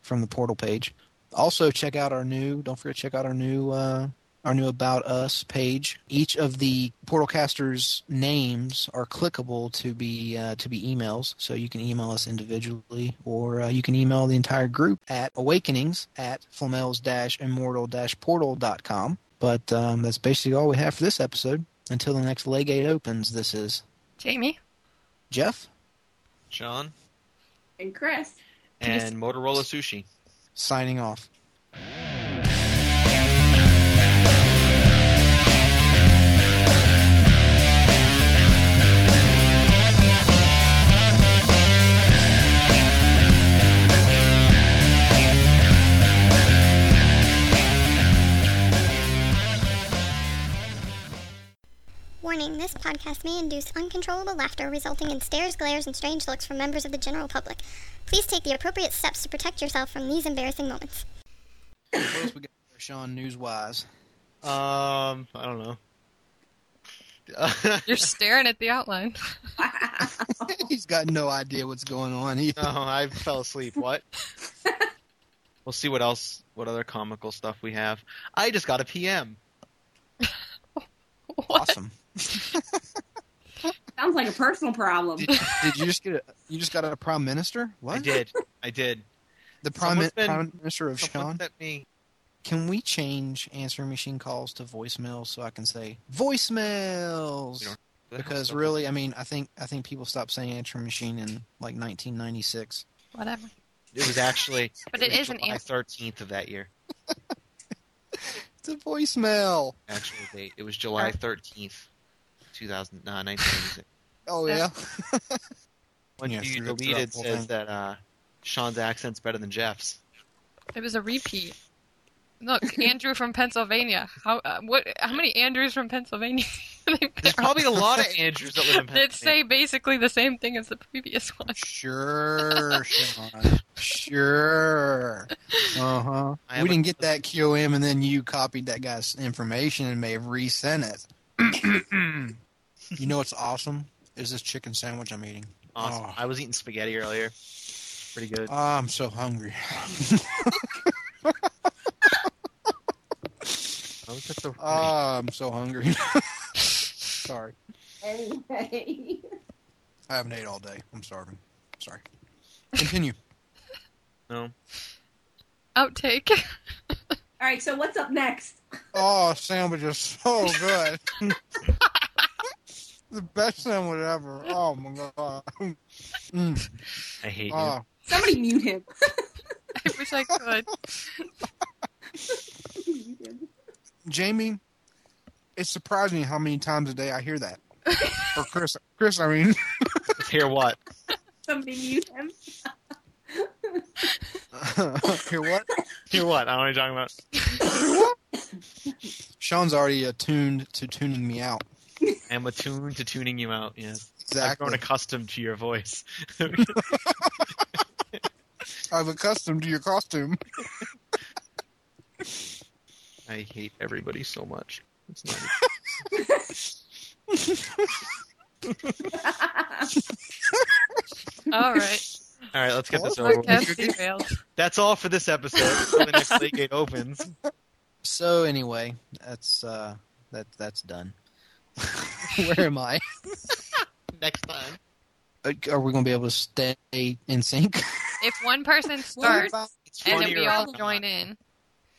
[SPEAKER 3] from the portal page. Also, check out our new. Don't forget to check out our new uh, our new about us page. Each of the portalcasters' names are clickable to be uh, to be emails, so you can email us individually, or uh, you can email the entire group at awakenings at flamels immortal portal dot com. But um, that's basically all we have for this episode. Until the next legate opens, this is
[SPEAKER 2] Jamie,
[SPEAKER 3] Jeff
[SPEAKER 4] Sean
[SPEAKER 5] And Chris.
[SPEAKER 2] Can you
[SPEAKER 4] and Motorola Sushi.
[SPEAKER 3] signing off.
[SPEAKER 6] Warning this podcast may induce uncontrollable laughter, resulting in stares, glares, and strange looks from members of the general public. Please take the appropriate steps to protect yourself from these embarrassing moments.
[SPEAKER 3] What else we got there, Sean, news wise?
[SPEAKER 4] Um, I don't know. [LAUGHS]
[SPEAKER 2] You're staring at the outline.
[SPEAKER 5] [LAUGHS]
[SPEAKER 3] He's got no idea what's going on. He,
[SPEAKER 4] no, I fell asleep. What? [LAUGHS] we'll see what else, what other comical stuff we have. I just got a PM.
[SPEAKER 2] What?
[SPEAKER 3] [LAUGHS] awesome.
[SPEAKER 5] Sounds like a personal problem.
[SPEAKER 3] Did, did you just get a? You just got a prime minister? What?
[SPEAKER 4] I did. I did.
[SPEAKER 3] The prime,
[SPEAKER 4] Someone's been-
[SPEAKER 3] prime minister of
[SPEAKER 4] Someone
[SPEAKER 3] Sean.
[SPEAKER 4] sent me.
[SPEAKER 3] Can we change answering machine calls to voicemails so I can say voicemails?
[SPEAKER 4] We don't-
[SPEAKER 3] because really, I mean, I think I think people stopped saying answering machine in like 1996.
[SPEAKER 2] Whatever.
[SPEAKER 4] it was [LAUGHS] actually.
[SPEAKER 2] But it is an
[SPEAKER 4] July
[SPEAKER 2] answer.
[SPEAKER 4] thirteenth of that year.
[SPEAKER 3] It's a voicemail.
[SPEAKER 4] Actual date. It was July thirteenth, two thousand uh, nineteen
[SPEAKER 3] [LAUGHS]
[SPEAKER 4] ninety six.
[SPEAKER 3] Oh
[SPEAKER 2] Yeah.
[SPEAKER 3] yeah.
[SPEAKER 4] Once
[SPEAKER 3] Yeah,
[SPEAKER 4] you
[SPEAKER 3] through the-
[SPEAKER 4] delete it,
[SPEAKER 3] throughout the whole
[SPEAKER 4] says that uh, Sean's accent's better than Jeff's.
[SPEAKER 2] It was a repeat. Look, Andrew from Pennsylvania. How uh, what? How many Andrews from Pennsylvania? [LAUGHS] they
[SPEAKER 4] There's
[SPEAKER 2] [LAUGHS]
[SPEAKER 4] probably a lot of Andrews [LAUGHS] that live in Pennsylvania.
[SPEAKER 2] that say basically the same thing as the previous one.
[SPEAKER 3] Sure, Sean. Sure. Uh huh.
[SPEAKER 4] I
[SPEAKER 3] We
[SPEAKER 4] have a-
[SPEAKER 3] didn't get that QM, and then you copied that guy's information and may have resent it. you know what's awesome? Is this chicken sandwich I'm eating.
[SPEAKER 4] Awesome.
[SPEAKER 3] Oh.
[SPEAKER 4] I was eating spaghetti earlier. Pretty good.
[SPEAKER 3] Oh, I'm so hungry. [LAUGHS]
[SPEAKER 4] I was just so-
[SPEAKER 3] Oh, I'm so hungry. [LAUGHS] Sorry.
[SPEAKER 5] [LAUGHS] anyway.
[SPEAKER 3] I haven't ate all day. I'm starving. Sorry. Continue.
[SPEAKER 4] no.
[SPEAKER 2] Outtake. [LAUGHS]
[SPEAKER 5] All right, so what's up next?
[SPEAKER 3] oh, sandwich is so good. [LAUGHS] the best sandwich ever. Oh, my God. Mm.
[SPEAKER 4] I hate
[SPEAKER 3] Oh.
[SPEAKER 5] Somebody mute him.
[SPEAKER 2] I wish I could.
[SPEAKER 3] Jamie, it's surprising how many times a day I hear that. or Chris, Chris, I [LAUGHS] mean,
[SPEAKER 4] you. Hear what?
[SPEAKER 5] Somebody mute [LAUGHS] him.
[SPEAKER 3] hear what?
[SPEAKER 4] [LAUGHS] Hear what? I don't know what you're talking about.
[SPEAKER 3] Sean's already attuned to tuning me out.
[SPEAKER 4] I'm attuned to tuning you out. Yeah. I've grown
[SPEAKER 3] Exactly.
[SPEAKER 4] accustomed to your voice.
[SPEAKER 3] I've accustomed to your costume.
[SPEAKER 4] I hate everybody so much. It's not.
[SPEAKER 2] All right.
[SPEAKER 4] All right, let's get this over
[SPEAKER 2] Podcast
[SPEAKER 4] with.
[SPEAKER 2] derailed.
[SPEAKER 3] [LAUGHS]
[SPEAKER 4] That's all for this episode. Until the next late gate opens.
[SPEAKER 3] So anyway, that's uh, that that's [LAUGHS] done. Where am I?
[SPEAKER 4] Next time.
[SPEAKER 3] Are we going to be able to stay in sync?
[SPEAKER 2] If one
[SPEAKER 5] [LAUGHS]
[SPEAKER 2] person starts
[SPEAKER 4] It's
[SPEAKER 2] and
[SPEAKER 4] funny
[SPEAKER 2] then we
[SPEAKER 4] or
[SPEAKER 2] all
[SPEAKER 4] not.
[SPEAKER 2] join in,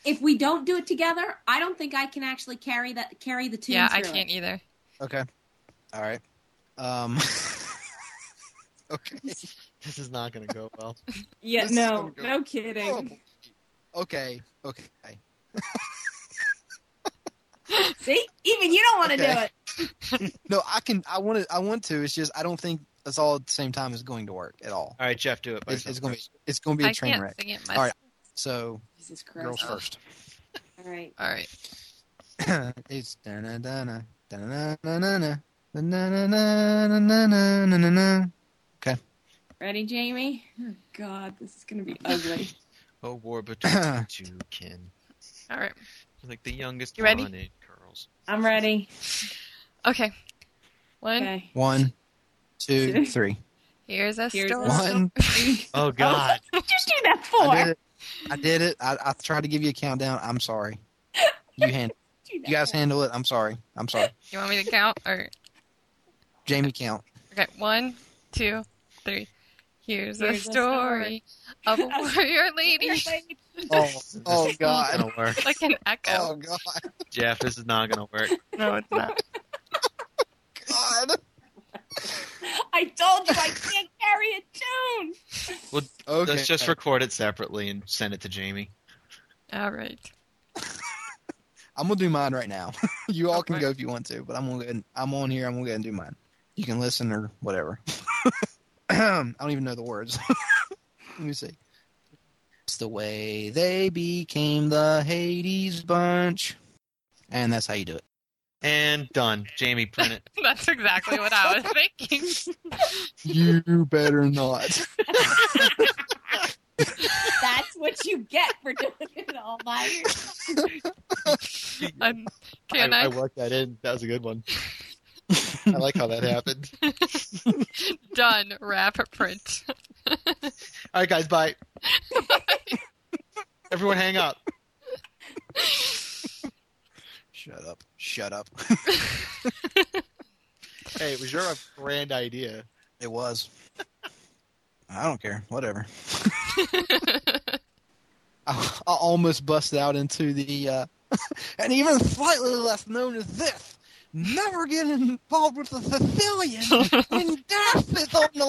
[SPEAKER 5] If we don't do it together, I don't think I can actually carry that carry the tune.
[SPEAKER 2] yeah, I
[SPEAKER 5] through
[SPEAKER 2] can't either.
[SPEAKER 3] Okay. All right. Um. [LAUGHS] okay.
[SPEAKER 4] This is not going to go well.
[SPEAKER 5] It. Yeah,
[SPEAKER 3] This is
[SPEAKER 5] no,
[SPEAKER 3] gonna go-
[SPEAKER 5] no kidding.
[SPEAKER 3] Oh, Okay. Okay.
[SPEAKER 5] See, even you don't want to do
[SPEAKER 3] Okay.
[SPEAKER 5] it.
[SPEAKER 3] No, I can. I want to. I want to. It's just I don't think it's all at the same time is going to work at all.
[SPEAKER 4] All right, Jeff, do it. By
[SPEAKER 3] It's, it's
[SPEAKER 4] yourself.
[SPEAKER 3] going to be. It's going to be a
[SPEAKER 2] I
[SPEAKER 3] train
[SPEAKER 2] can't
[SPEAKER 3] wreck.
[SPEAKER 2] sing it
[SPEAKER 3] All
[SPEAKER 2] myself.
[SPEAKER 3] right. So
[SPEAKER 5] Jesus Christ!
[SPEAKER 3] girls first. [LAUGHS]
[SPEAKER 5] All right,
[SPEAKER 2] All right.
[SPEAKER 3] it's da na da na da na na na na na na na na na na na.
[SPEAKER 5] ready, Jamie? Oh, God, this is gonna be [LAUGHS] ugly.
[SPEAKER 4] Oh, war between the two kin.
[SPEAKER 2] All right.
[SPEAKER 4] Like the youngest
[SPEAKER 2] You ready?
[SPEAKER 4] one in curls.
[SPEAKER 5] I'm ready.
[SPEAKER 2] Okay. One.
[SPEAKER 3] [LAUGHS]
[SPEAKER 5] Okay.
[SPEAKER 3] One, two,
[SPEAKER 5] Two.
[SPEAKER 3] three.
[SPEAKER 2] Here's a
[SPEAKER 5] Here's
[SPEAKER 2] story.
[SPEAKER 5] a-
[SPEAKER 3] One.
[SPEAKER 5] [LAUGHS]
[SPEAKER 4] Oh, God.
[SPEAKER 5] What'd you do that
[SPEAKER 3] I did
[SPEAKER 5] for?
[SPEAKER 3] it. I did it. I, I tried to give you a countdown. I'm sorry. You hand.
[SPEAKER 5] What'd do that
[SPEAKER 3] You guys
[SPEAKER 5] for?
[SPEAKER 3] handle it. I'm sorry. I'm sorry.
[SPEAKER 2] You want me to count? Or
[SPEAKER 3] Jamie, count.
[SPEAKER 2] okay. One, two, three. Here's,
[SPEAKER 5] Here's a
[SPEAKER 2] a story of
[SPEAKER 5] [LAUGHS]
[SPEAKER 2] a warrior lady.
[SPEAKER 5] Wait,
[SPEAKER 3] [LAUGHS]
[SPEAKER 4] [LAUGHS]
[SPEAKER 3] Oh, oh
[SPEAKER 4] It's
[SPEAKER 3] God.
[SPEAKER 4] not going to
[SPEAKER 2] [LAUGHS]
[SPEAKER 4] work.
[SPEAKER 2] like an echo.
[SPEAKER 3] Oh God.
[SPEAKER 4] Jeff, this is not going to work.
[SPEAKER 3] Oh,
[SPEAKER 2] No, it's not.
[SPEAKER 3] God.
[SPEAKER 5] [LAUGHS] I told you I can't carry a tune.
[SPEAKER 3] Okay.
[SPEAKER 4] Let's just record it separately and send it to Jamie.
[SPEAKER 2] All right. [LAUGHS]
[SPEAKER 3] I'm gonna do mine right now. [LAUGHS] you all can
[SPEAKER 2] Okay.
[SPEAKER 3] go if you want to, but I'm gonna. Go ahead and, I'm on here. I'm gonna go ahead and do mine. You can listen or whatever. [LAUGHS] [CLEARS THROAT] I don't even know the words. [LAUGHS] Let me see. It's the way they became the Hades bunch, and that's how you do it.
[SPEAKER 4] And done. Jamie, print it.
[SPEAKER 2] That's exactly what
[SPEAKER 3] [LAUGHS]
[SPEAKER 2] I was thinking. [LAUGHS]
[SPEAKER 3] You better not. [LAUGHS]
[SPEAKER 5] That's what you get for doing it all by yourself.
[SPEAKER 2] Um, [LAUGHS] can
[SPEAKER 4] I,
[SPEAKER 2] I,
[SPEAKER 4] I worked that in. That was a good one. I like how that happened.
[SPEAKER 2] done wrap print? [LAUGHS]
[SPEAKER 4] All right, guys, bye. Everyone, hang up.
[SPEAKER 3] Shut up. Shut up. [LAUGHS]
[SPEAKER 4] Hey, it was your grand idea.
[SPEAKER 3] It was. I don't care. Whatever. I, [LAUGHS] I almost bust out into the, uh, [LAUGHS] and even slightly less known as this. Never get involved with the
[SPEAKER 5] [LAUGHS]
[SPEAKER 3] Sicilian when death is on the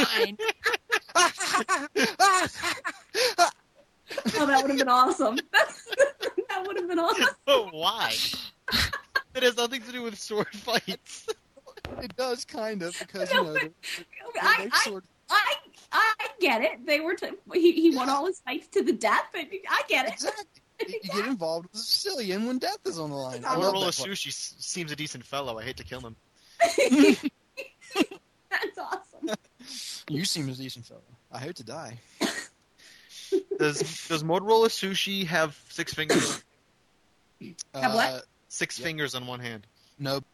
[SPEAKER 3] line.
[SPEAKER 5] [LAUGHS] Oh, that would have been awesome. [LAUGHS] that would have been awesome.
[SPEAKER 4] Oh, why? It has nothing to do with sword fights.
[SPEAKER 3] [LAUGHS] it does kind of because you know the,
[SPEAKER 5] I,
[SPEAKER 3] the
[SPEAKER 5] I,
[SPEAKER 3] sword
[SPEAKER 5] I, I get it. They were. T- he, he won all his fights to the death, but I get it.
[SPEAKER 3] Exactly. You you get involved with a Sicilian when death is on the line. I love
[SPEAKER 4] Motorola
[SPEAKER 3] that part.
[SPEAKER 4] Sushi s- seems a decent fellow. I hate to kill him.
[SPEAKER 5] [LAUGHS] That's awesome.
[SPEAKER 3] You seem a decent fellow. I hope to die.
[SPEAKER 4] Does Does Motorola Sushi have six fingers?
[SPEAKER 5] Have what?
[SPEAKER 3] Uh,
[SPEAKER 4] Six
[SPEAKER 3] Yep.
[SPEAKER 4] fingers on one hand.
[SPEAKER 3] no,